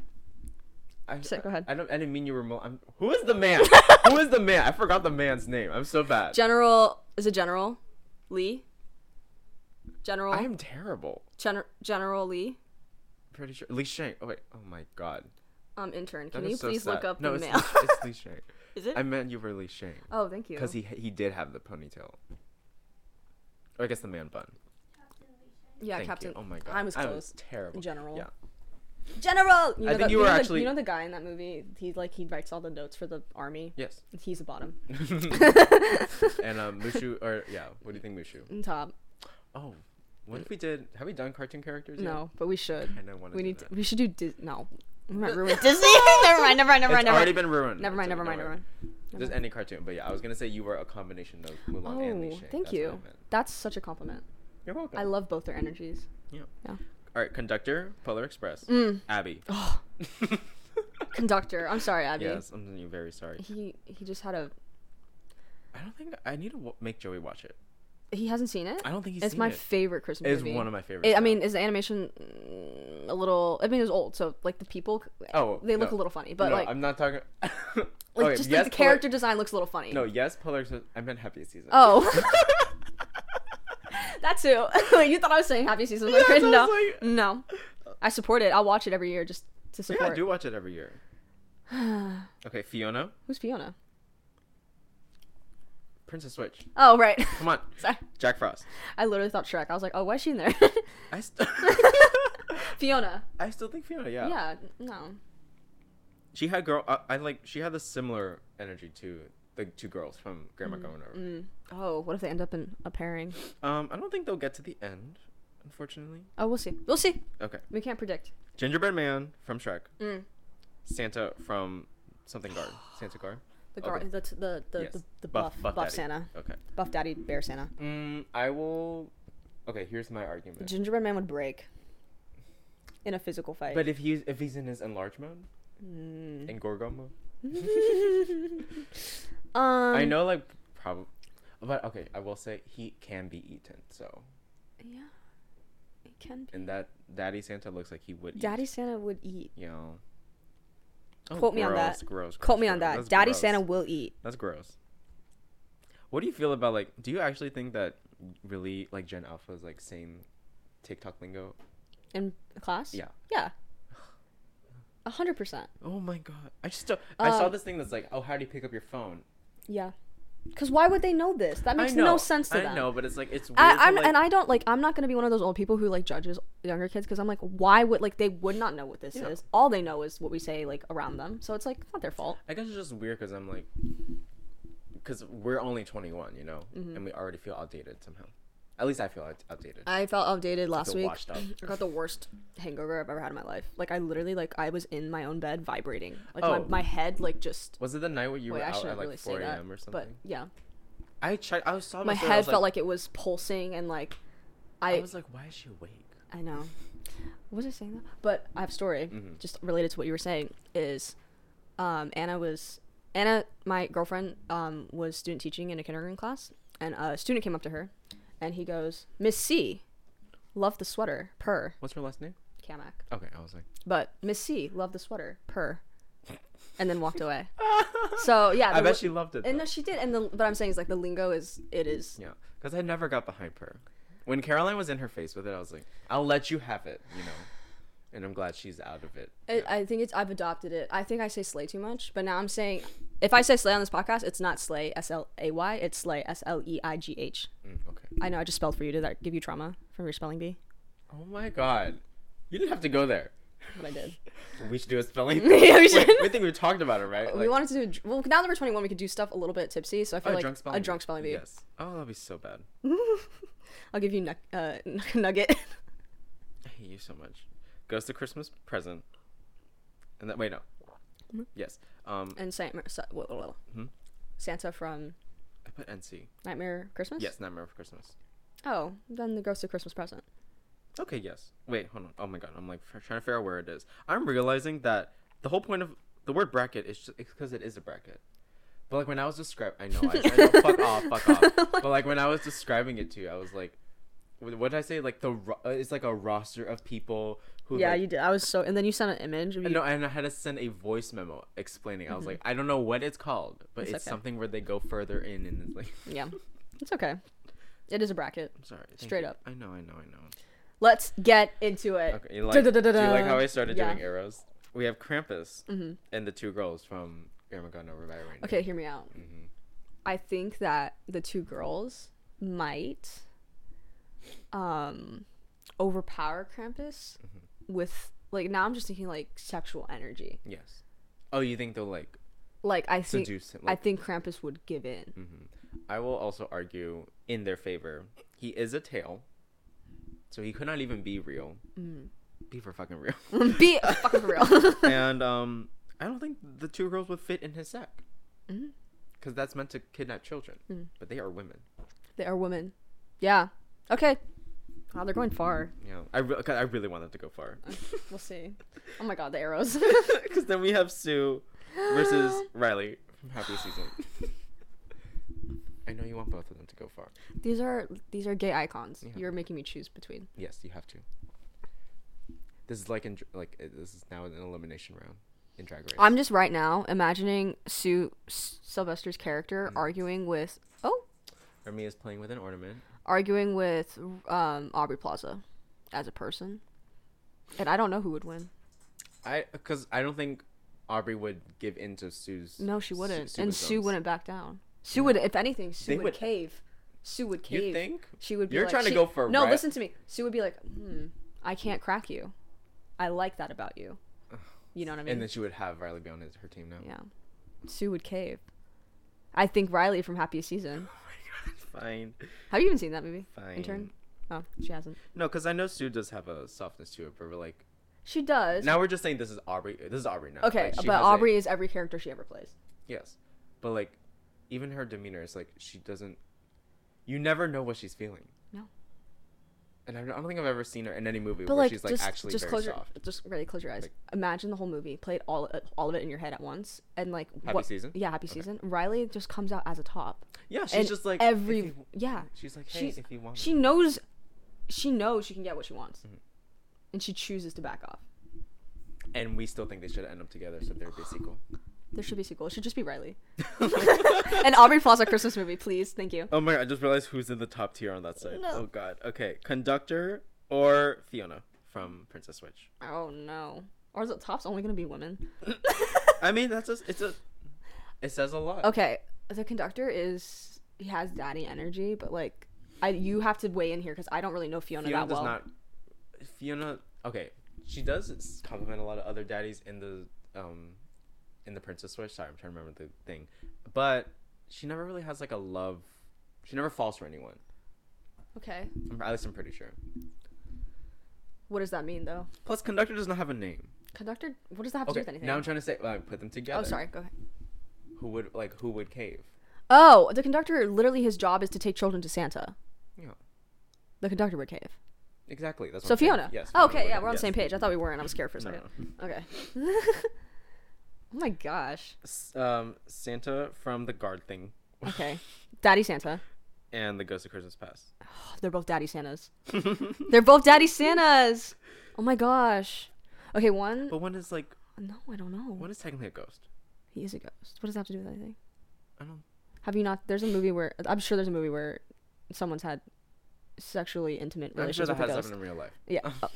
B: I,
A: Say- go ahead.
B: I, don't. I didn't mean you were. Mul- I'm, who is the man? who is the man? I forgot the man's name. I'm so bad.
A: General is it General Lee? General
B: I am terrible.
A: Gen- General Lee.
B: Pretty sure. Lee Shang. Oh wait. Oh my god.
A: Um, intern.
B: That
A: Can you
B: is so
A: please look
B: sad.
A: up
B: no,
A: the
B: it's,
A: mail?
B: Lee- it's Lee Shang.
A: Is it?
B: I meant you were Lee Shang
A: oh, thank you.
B: because he he did have the ponytail. Or I guess the man bun.
A: yeah,
B: Thank
A: Captain.
B: You. Oh my god.
A: I was close.
B: terrible.
A: General.
B: Yeah.
A: General. You know
B: I think
A: the,
B: you were
A: know the-
B: actually-
A: you know the guy in that movie. He like he writes all the notes for the army.
B: Yes.
A: He's the bottom.
B: and um, Mushu or yeah. What do you think, Mushu?
A: And Top.
B: Oh, what if we did? Have we done cartoon characters? yet?
A: No, but we should.
B: I know. wanna
A: We
B: do
A: need. To,
B: that.
A: we should do. Dis- no. We might ruin Disney. never mind. Never
B: It's
A: mind. Never mind. Never
B: already
A: mind.
B: been ruined.
A: Never mind.
B: It's
A: Never
B: okay,
A: mind. Never mind.
B: Just any cartoon, but yeah, I was gonna say you were a combination of Mulan and Li
A: Oh,
B: Shang. That's
A: thank
B: what I
A: you.
B: meant.
A: That's such a compliment.
B: You're welcome.
A: I love both their energies.
B: Yeah.
A: Yeah.
B: All right, conductor, Polar Express,
A: Mm.
B: Abby.
A: Conductor. I'm sorry, Abby.
B: yes, I'm really very sorry.
A: He he just had a.
B: I don't think I need to w- make Joey watch it.
A: He hasn't seen it.
B: I don't think he's
A: It's
B: seen
A: my
B: it.
A: favorite Christmas
B: it's
A: movie.
B: one of my favorites.
A: It, I
B: now.
A: mean, is the animation mm, a little? I mean, it was old, so like the people,
B: Oh,
A: they look
B: no.
A: a little funny, but
B: No,
A: like,
B: I'm not talking. like
A: like just like, the character design looks a little funny.
B: no, yes, Polar Express. I meant Happy Season.
A: Oh. that too. you thought I was saying happy season?
B: Yes, I was
A: no,
B: like-
A: no. I support it. I'll watch it every year just to
B: yeah, I
A: support.
B: do watch it every year. okay, Fiona,
A: Who's Fiona?
B: Princess Switch.
A: Oh right.
B: Come on,
A: Sorry.
B: Jack Frost.
A: I literally thought Shrek. I was like, oh, why is she in there?
B: I, st-
A: Fiona.
B: I still think Fiona. Yeah.
A: Yeah. No.
B: She had girl. uh, I, I like. She had the similar energy to the two girls from Grandma Going Over.
A: Mm. Oh, what if they end up in a pairing?
B: Um, I don't think they'll get to the end, unfortunately.
A: Oh, we'll see. We'll see.
B: Okay,
A: We can't predict.
B: Gingerbread Man from Shrek,
A: Mm.
B: Santa from something guard, Santa guard.
A: The, gar-
B: Okay.
A: the, t- the the
B: Yes.
A: the, the buff buff,
B: Daddy.
A: Santa,
B: Okay.
A: buff daddy bear Santa.
B: Mm, I will. Okay, here's my argument.
A: The gingerbread man would break in a physical fight.
B: But if he's if he's in his enlarge mode,
A: Mm.
B: in Gorgo mode,
A: um,
B: I know like probably, but okay, I will say he can be eaten. So
A: Yeah, it can be.
B: and that Daddy Santa looks like he would.
A: Daddy Santa would eat.
B: eat, you know. Oh,
A: Quote me on that.
B: gross, Gross.
A: Quote
B: gross,
A: me on
B: gross.
A: that.
B: That's
A: Daddy
B: gross.
A: Santa will eat.
B: That's gross. What do you feel about like? Do you actually think that really like Gen Alpha is like same TikTok lingo?
A: In class?
B: Yeah.
A: Yeah. A hundred percent.
B: Oh my god! I just don't- I saw
A: Um,
B: this thing that's like, oh, how do you pick up your phone?
A: Yeah. Because why would they know this? That makes
B: I know,
A: no sense to
B: I
A: them.
B: know, but it's like it's. Weird to,
A: I, I'm
B: like-
A: and I don't like I'm not gonna be one of those old people who like judges younger kids because I'm like why would like they would not know what this
B: Yeah.
A: is all they know is what we say like around them so it's like it's not their fault
B: I guess it's just weird because I'm like, because we're only 21, you know,
A: Mm-hmm.
B: and we already feel outdated somehow. At least I feel out- outdated.
A: I felt outdated last
B: feel
A: week
B: washed up.
A: I got the worst hangover I've ever had in my life like I literally like I was in my own bed vibrating like
B: Oh.
A: my, my head like just
B: Was it the night where you
A: wait
B: were
A: I
B: out
A: shouldn't
B: at like
A: really
B: 4
A: say that
B: a.m. or something?
A: but yeah
B: I tried. I saw
A: my
B: story, I
A: head
B: was
A: felt like Oh, it was pulsing and like I
B: I was like, why is she awake?
A: I know. What was I saying? That? But I have a story
B: Mm-hmm.
A: just related to what you were saying. Is um, Anna was Anna, my girlfriend, um, was student teaching in a kindergarten class, and a student came up to her, and he goes, "Miss C, love the sweater, purr,
B: What's her last name?
A: Kamak."
B: Okay, I was like,
A: But Miss C, love the sweater, purr, and then walked away. so yeah,
B: I
A: the
B: bet
A: li-
B: she loved it.
A: And
B: though.
A: no, she did. And the but I'm saying is like the lingo is it is.
B: Yeah, because I never got behind her. When Caroline was in her face with it, I was like, I'll let you have it, you know. And I'm glad she's out of it.
A: It, I think it's I've adopted it. I think I say slay too much, but now I'm saying if I say slay on this podcast, it's not slay s l a y, it's slay s l e i g h.
B: Mm, okay.
A: I know I just spelled for you. Did that give you trauma from your spelling bee?
B: Oh my god, you didn't have to go there.
A: But I did.
B: We should do a spelling.
A: Yeah, we
B: Wait,
A: should.
B: we think we talked about it, right?
A: we wanted to do well now that we're 21, we could do stuff a little bit tipsy. So I feel
B: Oh,
A: like
B: drunk
A: a drunk spelling bee.
B: Yes. Oh, that'd be so bad.
A: I'll give you nu- uh, nugget.
B: I hate you so much. Goes to Christmas present, and that wait no. Yes. Um,
A: and Santa, Sa- whoa, whoa, whoa.
B: Mm-hmm.
A: Santa from
B: I put NC.
A: Nightmare Christmas.
B: Yes, Nightmare for Christmas.
A: Oh, then the Ghost of Christmas Present.
B: Okay. Yes. Wait. Hold on. Oh my god. I'm like f- trying to figure out where it is. I'm realizing that the whole point of the word bracket is just because it is a bracket. But like when I was describing, I know, I, I know, fuck off, fuck off. But like when I was describing it to you, I was like, what what did I say? Like the ro- uh, it's like a roster of people who
A: Yeah,
B: like,
A: you did. I was so. And then you sent an image. Of you,
B: No, and I had to send a voice memo explaining. I was like, I don't know what it's called, but it's,
A: Mm-hmm. It's okay.
B: something where they go further in and it's like,
A: Yeah, it's okay. It is a bracket.
B: I'm sorry. thank
A: Straight
B: you.
A: up.
B: I know, I know, I know.
A: Let's get into it.
B: Okay, you like, do you like how I started
A: Yeah. Mm-hmm.
B: doing arrows? We have Krampus and the two girls from Grandma Got No Revival right now.
A: Okay, hear me out.
B: Mm-hmm.
A: I think that the two girls might um overpower Krampus
B: Mm-hmm.
A: with like now I'm just thinking like sexual energy.
B: Yes. Oh, you think they'll like
A: Like I think
B: seduce him?
A: I
B: Like,
A: think Krampus would give in.
B: I will also argue in their favor. He is a tail, so he could not even be real.
A: Mm-hmm.
B: Be for fucking real.
A: Be fucking for real.
B: and um, I don't think the two girls would fit in his sack.
A: Mm-hmm.
B: Because that's meant to kidnap children,
A: Mm.
B: but they are women.
A: they are women. Yeah. Okay. Wow, they're going far.
B: Yeah, I re- 'cause I really want them to go far.
A: We'll see. Oh my god, the arrows.
B: Because then we have Sue versus Riley from Happy Season. I know you want both of them to go far.
A: These are these are gay icons.
B: Yeah.
A: You're making me choose between.
B: Yes, you have to. This is like in dr- like uh, this is now an elimination round in Drag Race.
A: I'm just right now imagining Sue S- Sylvester's character arguing with oh,
B: Remy is playing with an ornament.
A: arguing with um, Aubrey Plaza as a person, and I don't know who would win.
B: I because I don't think Aubrey would give in to Sue's.
A: No, she
B: Su-
A: wouldn't,
B: Sue
A: and Sue
B: isms.
A: wouldn't back down. Sue would, if anything, Sue
B: They
A: would,
B: would-
A: cave. Sue would
B: You
A: cave.
B: think?
A: She would. Be
B: You're
A: like-
B: trying to
A: she-
B: go for
A: no.
B: ra-
A: Listen to me. Sue would be like, hmm, "I can't crack you. I like that about you. You know what I mean?"
B: And then she would have Riley be on his, her team now.
A: yeah. Sue would cave. I think Riley from Happiest Season.
B: Oh Fine,
A: Have you even seen that movie?
B: fine.
A: Intern. Oh, she hasn't.
B: No, because I know Sue does have a softness to it, but we're like
A: She does.
B: now we're just saying this is Aubrey. This is Aubrey now.
A: okay,
B: Like, she
A: but
B: has a-
A: Aubrey is every character she ever plays.
B: yes, but like even her demeanor is like she doesn't. You never know what she's feeling.
A: No.
B: And I don't I don't think I've ever seen her in any movie
A: But
B: where
A: like,
B: she's like
A: just,
B: actually
A: just
B: very
A: close
B: soft.
A: your, just really close your eyes.
B: Like-
A: Imagine the whole movie, play it all, all of it in your head at once, and like
B: Happy
A: what?
B: Season?
A: Yeah, happy
B: Okay.
A: season. Riley just comes out as a top.
B: Yeah, she's
A: and
B: just like if
A: every
B: you-
A: yeah.
B: she's like hey,
A: she's-
B: if you want.
A: She knows, she knows she can get what she wants,
B: Mm-hmm.
A: and she chooses to back off.
B: and we still think they should end up together, so there'd be a sequel.
A: There should be a sequel. It should just be Riley. An Aubrey Plaza Christmas movie, please. Thank you.
B: Oh my! God, I just realized who's in the top tier on that side.
A: No.
B: Oh God. Okay, conductor or Fiona from Princess Switch.
A: Oh no. Or is it top's only gonna be women?
B: I mean, that's just it's a. It says a lot.
A: Okay, the conductor is he has daddy energy, but like, I you have to weigh in here because I don't really know Fiona,
B: Fiona
A: that
B: does
A: well.
B: not. Fiona. Okay, she does s- compliment a lot of other daddies in the um, in the Princess Switch. Sorry, I'm trying to remember the thing, but she never really has like a love. She never falls for anyone.
A: Okay,
B: I'm- At least I'm pretty sure.
A: what does that mean though?
B: Plus, conductor does not have a name.
A: Conductor, what does that have
B: Okay,
A: to do with anything?
B: now I'm trying to say like put them together.
A: oh, sorry. Go ahead.
B: Who would like who would cave?
A: Oh, the conductor literally his job is to take children to Santa.
B: Yeah.
A: The conductor would cave.
B: Exactly. That's what
A: So
B: I'm saying.
A: Fiona.
B: Yes.
A: Oh,
B: Fiona
A: okay,
B: would
A: yeah,
B: have-
A: we're on the
B: yes.
A: same page. I thought we weren't. I was scared for a
B: No,
A: second.
B: no.
A: Okay. oh my gosh.
B: S- Um, Santa from the guard thing
A: Okay. Daddy Santa.
B: and the Ghost of Christmas Past.
A: They're both Daddy Santas. They're both Daddy Santas. Oh my gosh. Okay, one.
B: But one is like
A: No, I don't know.
B: one is technically a ghost.
A: He is a ghost. What does that have to do with anything?
B: I don't.
A: Have you not? There's a movie where I'm sure there's a movie where someone's had sexually intimate
B: I'm sure
A: relations
B: that
A: with
B: has
A: a ghost.
B: happened in real life.
A: Yeah. Oh.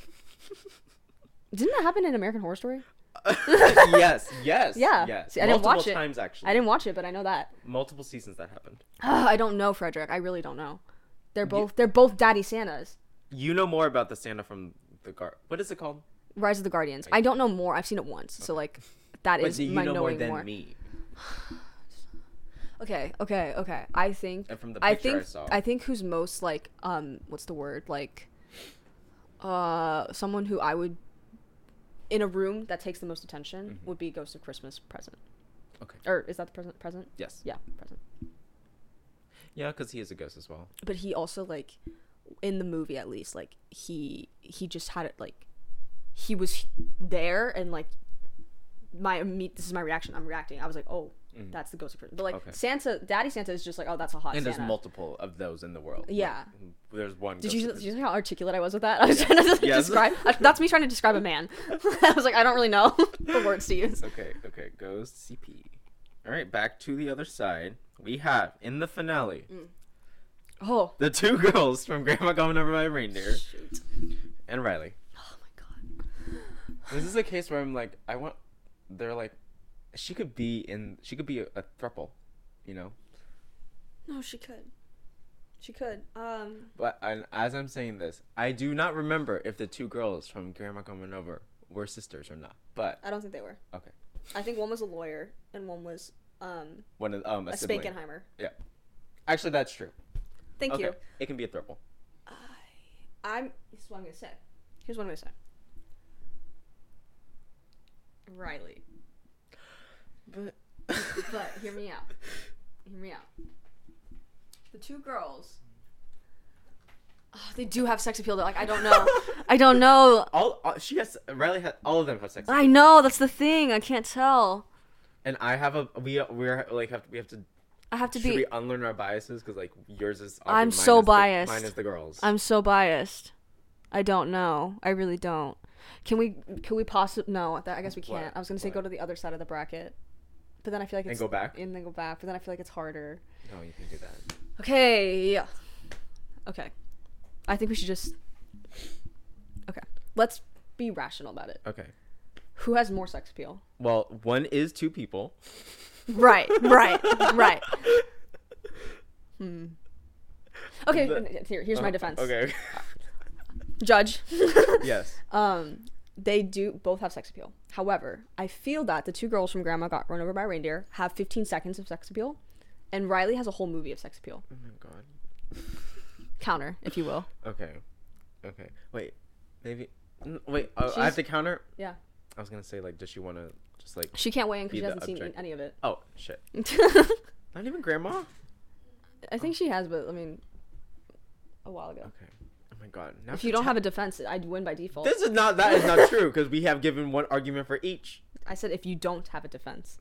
A: Didn't that happen in American Horror Story?
B: yes. Yes.
A: Oh. Yeah.
B: Yes.
A: See, I didn't
B: Multiple
A: watch it.
B: times actually.
A: I didn't watch it, but I know that.
B: Multiple seasons that happened.
A: Ugh, I don't know, Frederick. I really don't know. They're both they're both Daddy Santas.
B: You know more about the Santa from the guard. What is it called?
A: Rise of the Guardians. I don't know more. I've seen it once, so like that
B: But
A: is
B: do you
A: my
B: know more
A: knowing
B: than
A: more.
B: me?
A: Okay, okay, okay. I think
B: And uh, from the
A: I
B: picture I
A: think
B: saw.
A: I think who's most like um what's the word like uh someone who I would in a room that takes the most attention would be Ghost of Christmas Present.
B: Mm-hmm. Okay.
A: Or is that the present present?
B: Yes.
A: Yeah, present.
B: Yeah, because he is a ghost as well.
A: But he also like in the movie at least like he he just had it like he was there and like my imme- this is my reaction. I'm reacting. I was like, "Oh,
B: Mm-hmm.
A: that's the Ghost of Christmas." But like
B: Mm. Okay.
A: Santa, Daddy Santa is just like, "Oh, that's a hot
B: And
A: Santa."
B: there's multiple of those in the world. Like,
A: Yeah.
B: there's one.
A: Did
B: ghost
A: you,
B: of
A: did you see how articulate I was with that? I was trying to like,
B: Yes.
A: describe. I- That's me trying to describe a man. I was like, I don't really know the words to use.
B: Okay, okay, goes CP. All right, back to the other side. We have in the finale
A: Oh,
B: the two girls from Grandma Going Over My Reindeer
A: shoot.
B: and Riley.
A: Oh my god.
B: This is a case where I'm like, I want. They're like, she could be in. She could be a, a thruple, you know.
A: No, she could. She could. Um.
B: But and as I'm saying this, I do not remember if the two girls from Grandma Going Over were sisters or not. But
A: I don't think they were.
B: okay,
A: I think one was a lawyer and one was um
B: one of um a,
A: a
B: sibling.
A: Spankenheimer.
B: Yeah, actually that's true.
A: Thank
B: okay,
A: you.
B: it can be a thruple.
A: I'm. This is what I'm gonna say. Here's what I'm gonna say. Riley,
B: But
A: but hear me out. Hear me out. The two girls. Ugh, Ah, they do have sex appeal. Though. Like I don't know. I don't know.
B: all, all she has Riley has all of them have sex.
A: I know that's the thing. I can't tell.
B: and I have a we we're like have we have to
A: I have to
B: Should
A: be.
B: we unlearn our biases? Because like yours is. often
A: I'm
B: mine
A: so
B: is the-
A: biased.
B: mine is the girls.
A: I'm so biased. I don't know. I really don't. Can we? Can we possibly? No, that, I guess we can't.
B: What?
A: I was gonna say
B: What?
A: go to the other side of the bracket, but then I feel like
B: And
A: it's
B: go back?
A: and then go back. But then I feel like it's harder.
B: no, you can do that.
A: Okay. yeah. Okay. I think we should just. Okay. Let's be rational about it.
B: Okay.
A: Who has more sex appeal?
B: Well, one is two people.
A: Right. Right. right. Hmm. Okay.
B: The- Uh-huh,
A: here, here's my defense.
B: Okay.
A: Judge.
B: yes.
A: Um, they do both have sex appeal. However, I feel that the two girls from Grandma Got Run Over by a Reindeer have 15 seconds of sex appeal, and Riley has a whole movie of sex appeal.
B: Oh my god.
A: Counter, if you will.
B: Okay. Okay. Wait. Maybe. n- Wait. Oh, I have
A: She's-
B: to counter.
A: Yeah.
B: I was gonna say like, does she want to just like?
A: She can't weigh in because
B: Be
A: she
B: the
A: hasn't seen
B: object.
A: any of it.
B: Oh shit. Not even grandma.
A: I think she has, but I mean, a while ago.
B: Okay. Oh my god. Now
A: If you don't have a defense, I'd win by default.
B: This is not. That is not true because we have given one argument for each.
A: I said if you don't have a defense.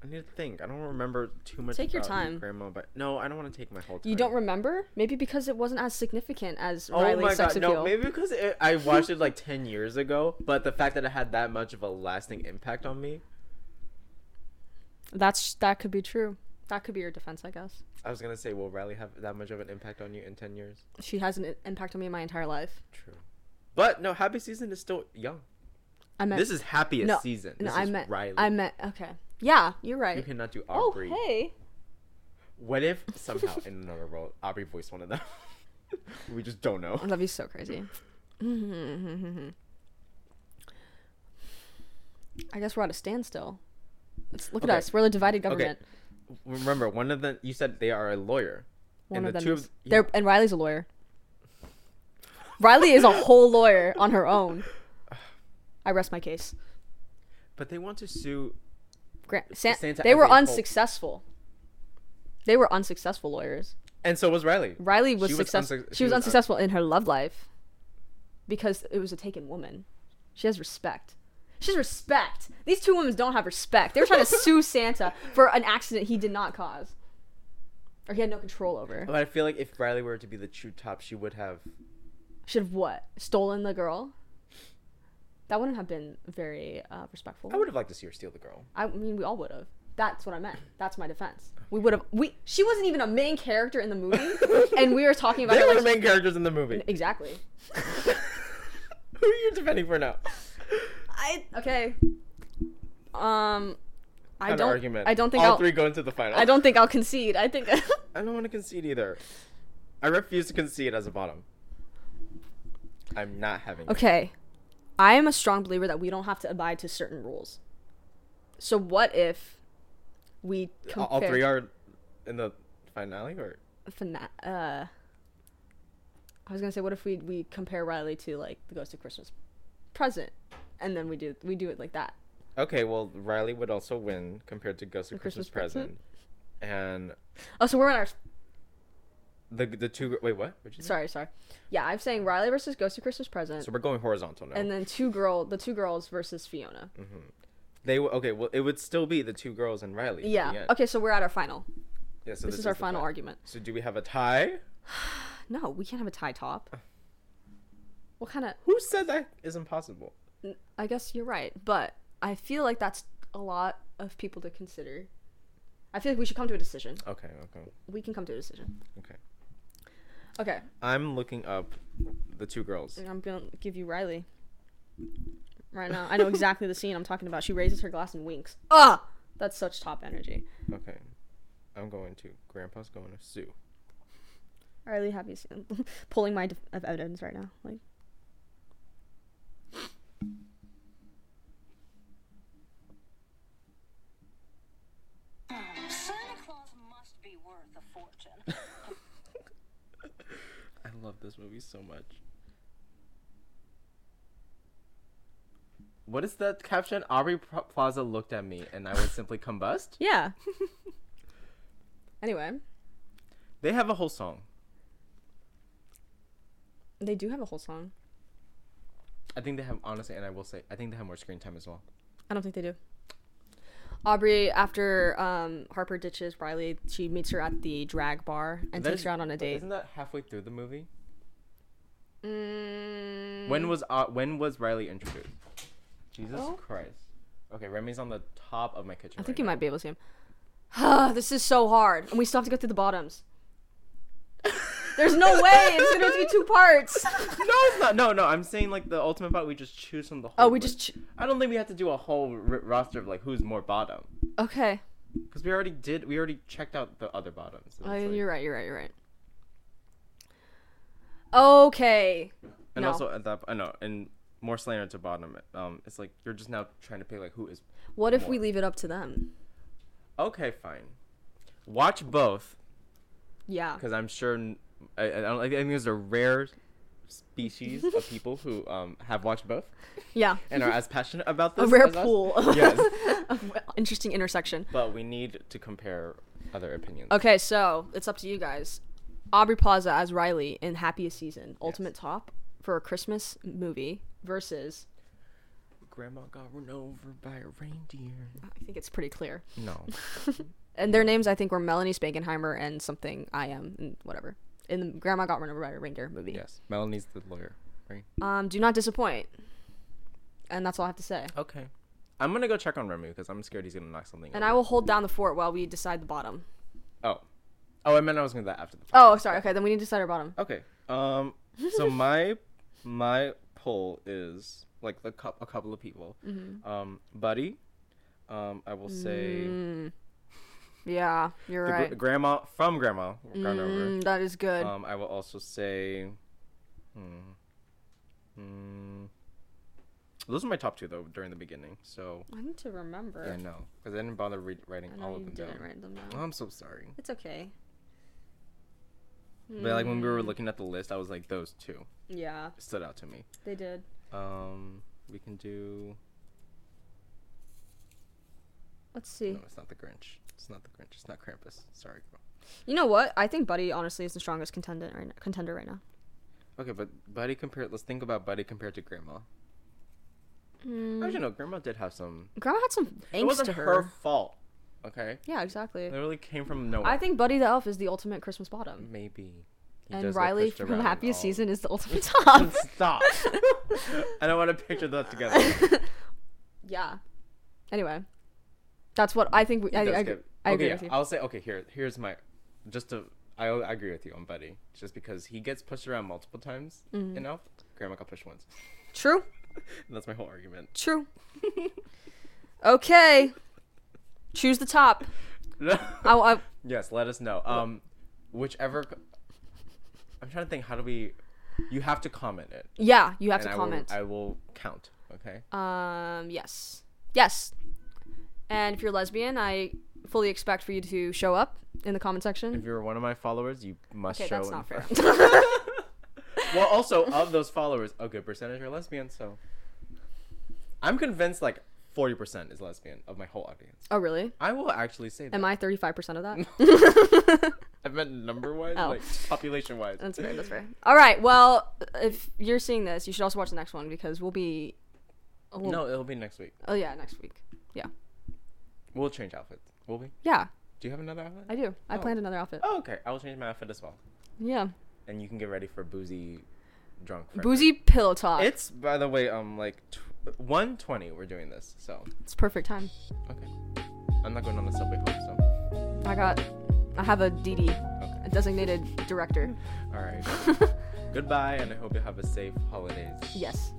B: I need to think. I don't remember too much.
A: Take your
B: about
A: time.
B: grandma. But no, I don't want to take my whole time.
A: You don't remember? Maybe because it wasn't as significant as
B: Oh
A: Riley's
B: my
A: sex
B: god!
A: appeal.
B: No, maybe because it, I watched it like ten years ago. But the fact that it had that much of a lasting impact on me,
A: That's that could be true. That could be your defense, I guess.
B: I was gonna say, will Riley have that much of an impact on you in ten years?
A: She has an i- impact on me my entire life.
B: True. But no, happy season is still young.
A: I meant
B: This is happiest
A: no,
B: season.
A: no,
B: This
A: I
B: is
A: meant
B: Riley.
A: I meant okay. Yeah, you're
B: you
A: right.
B: cannot do
A: Oh
B: Aubrey.
A: hey,
B: What if somehow in another world Aubrey voiced one of them? we just don't know.
A: Oh, that'd be so crazy. I guess we're at a standstill. Let's look
B: Okay.
A: at us. We're the divided government.
B: Remember, one of them. You said they are a lawyer.
A: One
B: and
A: of
B: the
A: them
B: two
A: is
B: of yeah,
A: there, and Riley's a lawyer. Riley is a whole lawyer on her own. I rest my case.
B: but they want to sue.
A: Grant, San-
B: Santa
A: they
B: as
A: were
B: a whole.
A: unsuccessful. They were unsuccessful lawyers.
B: And so was Riley.
A: Riley was,
B: She was
A: successful.
B: unsuc-
A: she,
B: she
A: was,
B: was un-
A: unsuccessful in her love life because it was a taken woman. She has respect. She has respect. These two women don't have respect. They were trying to sue Santa for an accident he did not cause, or he had no control over.
B: But I feel like if Riley were to be the true top, she would have.
A: Should have what? Stolen the girl. That wouldn't have been very uh, respectful.
B: I would have liked to see her steal the girl.
A: I mean, we all would have. That's what I meant. That's my defense. We would have. We. She wasn't even a main character in the movie, and we were talking about
B: They
A: her
B: were the
A: like-
B: main characters in the movie.
A: exactly.
B: Who are you defending for now?
A: I okay. Um, I
B: Kind
A: don't.
B: of argument.
A: I don't think
B: all
A: I'll.
B: three go into the final.
A: I don't think I'll concede. I think.
B: I don't want to concede either. I refuse to concede as a bottom. I'm not having. it.
A: okay, I am a strong believer that we don't have to abide to certain rules. So what if we
B: All-
A: compare
B: All three are in the finale, or
A: fina- uh, I was gonna say, what if we we compare Riley to like the Ghost of Christmas Present, and then we do we do it like that.
B: okay. Well, Riley would also win compared to Ghost of
A: Christmas
B: Christmas, Present, and
A: Oh, so we're in our
B: the the two. Wait, what? What'd you say?
A: sorry sorry. Yeah, I'm saying Riley versus Ghost of Christmas Present,
B: So we're going horizontal now.
A: and then two girl the two girls versus Fiona.
B: they w- okay. Well, it would still be the two girls and Riley. at
A: Yeah.
B: the end.
A: Okay, so we're at our final.
B: Yeah, so
A: this, is our
B: the
A: final
B: fi-
A: argument.
B: So do we have a tie?
A: No, we can't have a tie top. What kind of?
B: Who said that is impossible?
A: I guess you're right, but I feel like that's a lot of people to consider. I feel like we should come to a decision.
B: Okay. Okay.
A: We can come to a decision.
B: Okay.
A: Okay,
B: I'm looking up the two girls.
A: I'm gonna give you Riley. Right now, I know exactly the scene I'm talking about. She raises her glass and winks. Ah, that's such top energy.
B: Okay. I'm going to. Grandpa's going to sue.
A: Riley, have you seen? pulling my def- of evidence right now, like.
C: Santa Claus must be worth a fortune.
B: I love this movie so much. What is that caption? Aubrey P- Plaza looked at me and I would simply combust?
A: Yeah. anyway,
B: They have a whole song.
A: they do have a whole song.
B: I think they have, honestly, and I will say, I think they have more screen time as well.
A: I don't think they do. Aubrey, after um, Harper ditches Riley, she meets her at the drag bar and
B: That
A: takes
B: is-
A: her out on a
B: wait,
A: date.
B: Isn't that halfway through the movie?
A: Mm,
B: When was uh, when was Riley introduced? Jesus
A: Oh.
B: Christ. Okay, Remy's on the top of my kitchen.
A: I think you might be able to see him. this is so hard, and we still have to go through the bottoms. There's no way it's gonna have to be two parts.
B: No, it's not. No, no. I'm saying like the ultimate fight. We just choose from the whole.
A: Oh, we
B: list.
A: just ch-
B: I don't think we have to do a whole r- roster of like who's more bottom
A: okay.
B: because we already did. We already checked out the other bottoms. and
A: Oh,
B: it's like-
A: you're right. You're right. You're right. Okay.
B: And
A: no.
B: also at that, I know, and more slanted to bottom. Um, it's like you're just now trying to pick like who is.
A: What if we leave it up to them?
B: Okay, fine. Watch both
A: Yeah.
B: because I'm sure. n- I, I don't. I think there's a rare species of people who um have watched both
A: Yeah.
B: and are as passionate about this.
A: A rare
B: as us.
A: pool.
B: Yes,
A: of interesting intersection.
B: but we need to compare other opinions.
A: Okay, so it's up to you guys. Aubrey Plaza as Riley in Happiest Season, Ultimate Top for a Christmas movie versus.
B: Grandma got run over by a reindeer.
A: I think it's pretty clear.
B: No.
A: And their names, I think, were Melanie Spankenheimer and something I am and whatever. In the Grandma Got Run Over by a Reindeer movie.
B: yes. Melanie's the lawyer, right?
A: Um, do not disappoint. And that's all I have to say.
B: Okay. I'm gonna go check on Remy because I'm scared he's gonna knock something.
A: And
B: over.
A: I will hold down the fort while we decide the bottom.
B: Oh. Oh, I meant I was gonna do that after the.
A: Oh,
B: podcast.
A: sorry. Okay, then we need to decide our bottom.
B: Okay. Um. So my my poll is like a, cou- a couple of people.
A: Mm-hmm.
B: Um, Buddy. Um, I will say
A: Hmm. Yeah, you're
B: the gr-
A: Mm, right.
B: grandma from grandma gone over.
A: Mm, that is good.
B: Um, I will also say. Hmm. Hmm. Those are my top two though during the beginning. So
A: I need to remember.
B: yeah, no, because I didn't bother re- writing
A: I
B: all
A: know
B: of
A: you
B: them down. Oh,
A: didn't write them down.
B: I'm so sorry.
A: It's okay.
B: But like when we
A: Mm.
B: were looking at the list, I was like, those two
A: Yeah,
B: stood out to me.
A: they did.
B: Um, we can do.
A: Let's see.
B: No, it's not the Grinch. It's not the Grinch. It's not Krampus. Sorry, girl.
A: You know what? I think Buddy honestly is the strongest contender right now. Contender right now.
B: Okay, but Buddy compared. Let's think about Buddy compared to Grandma. Actually, no, Grandma did have some.
A: Grandma had some
B: It
A: angst
B: wasn't
A: Mm. to
B: her.
A: her.
B: fault. Okay,
A: Yeah, exactly.
B: it really came from nowhere.
A: I think Buddy the Elf is the ultimate Christmas bottom,
B: maybe. Mm, He
A: and
B: does get
A: Riley
B: pushed around
A: from
B: and
A: Happiest
B: all.
A: Season is the ultimate top.
B: Stop. I don't want to picture those together. He
A: yeah. Anyway, that's what I think. We, I,
B: does
A: I,
B: get-
A: I agree
B: okay,
A: with you.
B: I'll say okay. Here, here's my. Just to, I, I agree with you on Buddy, just because he gets pushed around multiple times You know, Grandma got pushed once.
A: True.
B: And Mm-hmm. that's my whole argument.
A: True. okay. Choose the top.
B: Uh,
A: I, I,
B: yes, let us know. Um, whichever. c- I'm trying to think. How do we? You have to comment it.
A: yeah, you have
B: and
A: to
B: I
A: comment.
B: Will, I will count. Okay.
A: Um, yes. Yes. And if you're lesbian, I fully expect for you to show up in the comment
B: if
A: section.
B: you're one of my followers, you must
A: Okay,
B: show.
A: that's
B: in
A: not fair.
B: front- well, also of those followers, a good percentage are lesbian. So, I'm convinced like 40% is lesbian of my whole audience.
A: oh, really?
B: I will actually say that.
A: Am I 35% of that?
B: I meant number wise,
A: Oh.
B: like population wise.
A: That's fair. That's fair. All right. Well, if you're seeing this, you should also watch the next one because we'll be. we'll-
B: No, it'll be next week.
A: Oh, yeah, next week. Yeah.
B: We'll change outfits. Will we?
A: Yeah,
B: Do you have another outfit?
A: I do. I
B: Oh.
A: planned another outfit.
B: Oh, okay. I will change my outfit as well.
A: Yeah.
B: And you can get ready for boozy, drunk. Friday.
A: Boozy pillow talk.
B: It's
A: It's,
B: by the way, um, like t- one twenty. We're doing this, so
A: perfect time.
B: okay. I'm not going on the subway home, so
A: I got. I have a DD, a
B: okay.
A: designated director.
B: All right. Goodbye, and I hope you have a safe holidays.
A: Yes.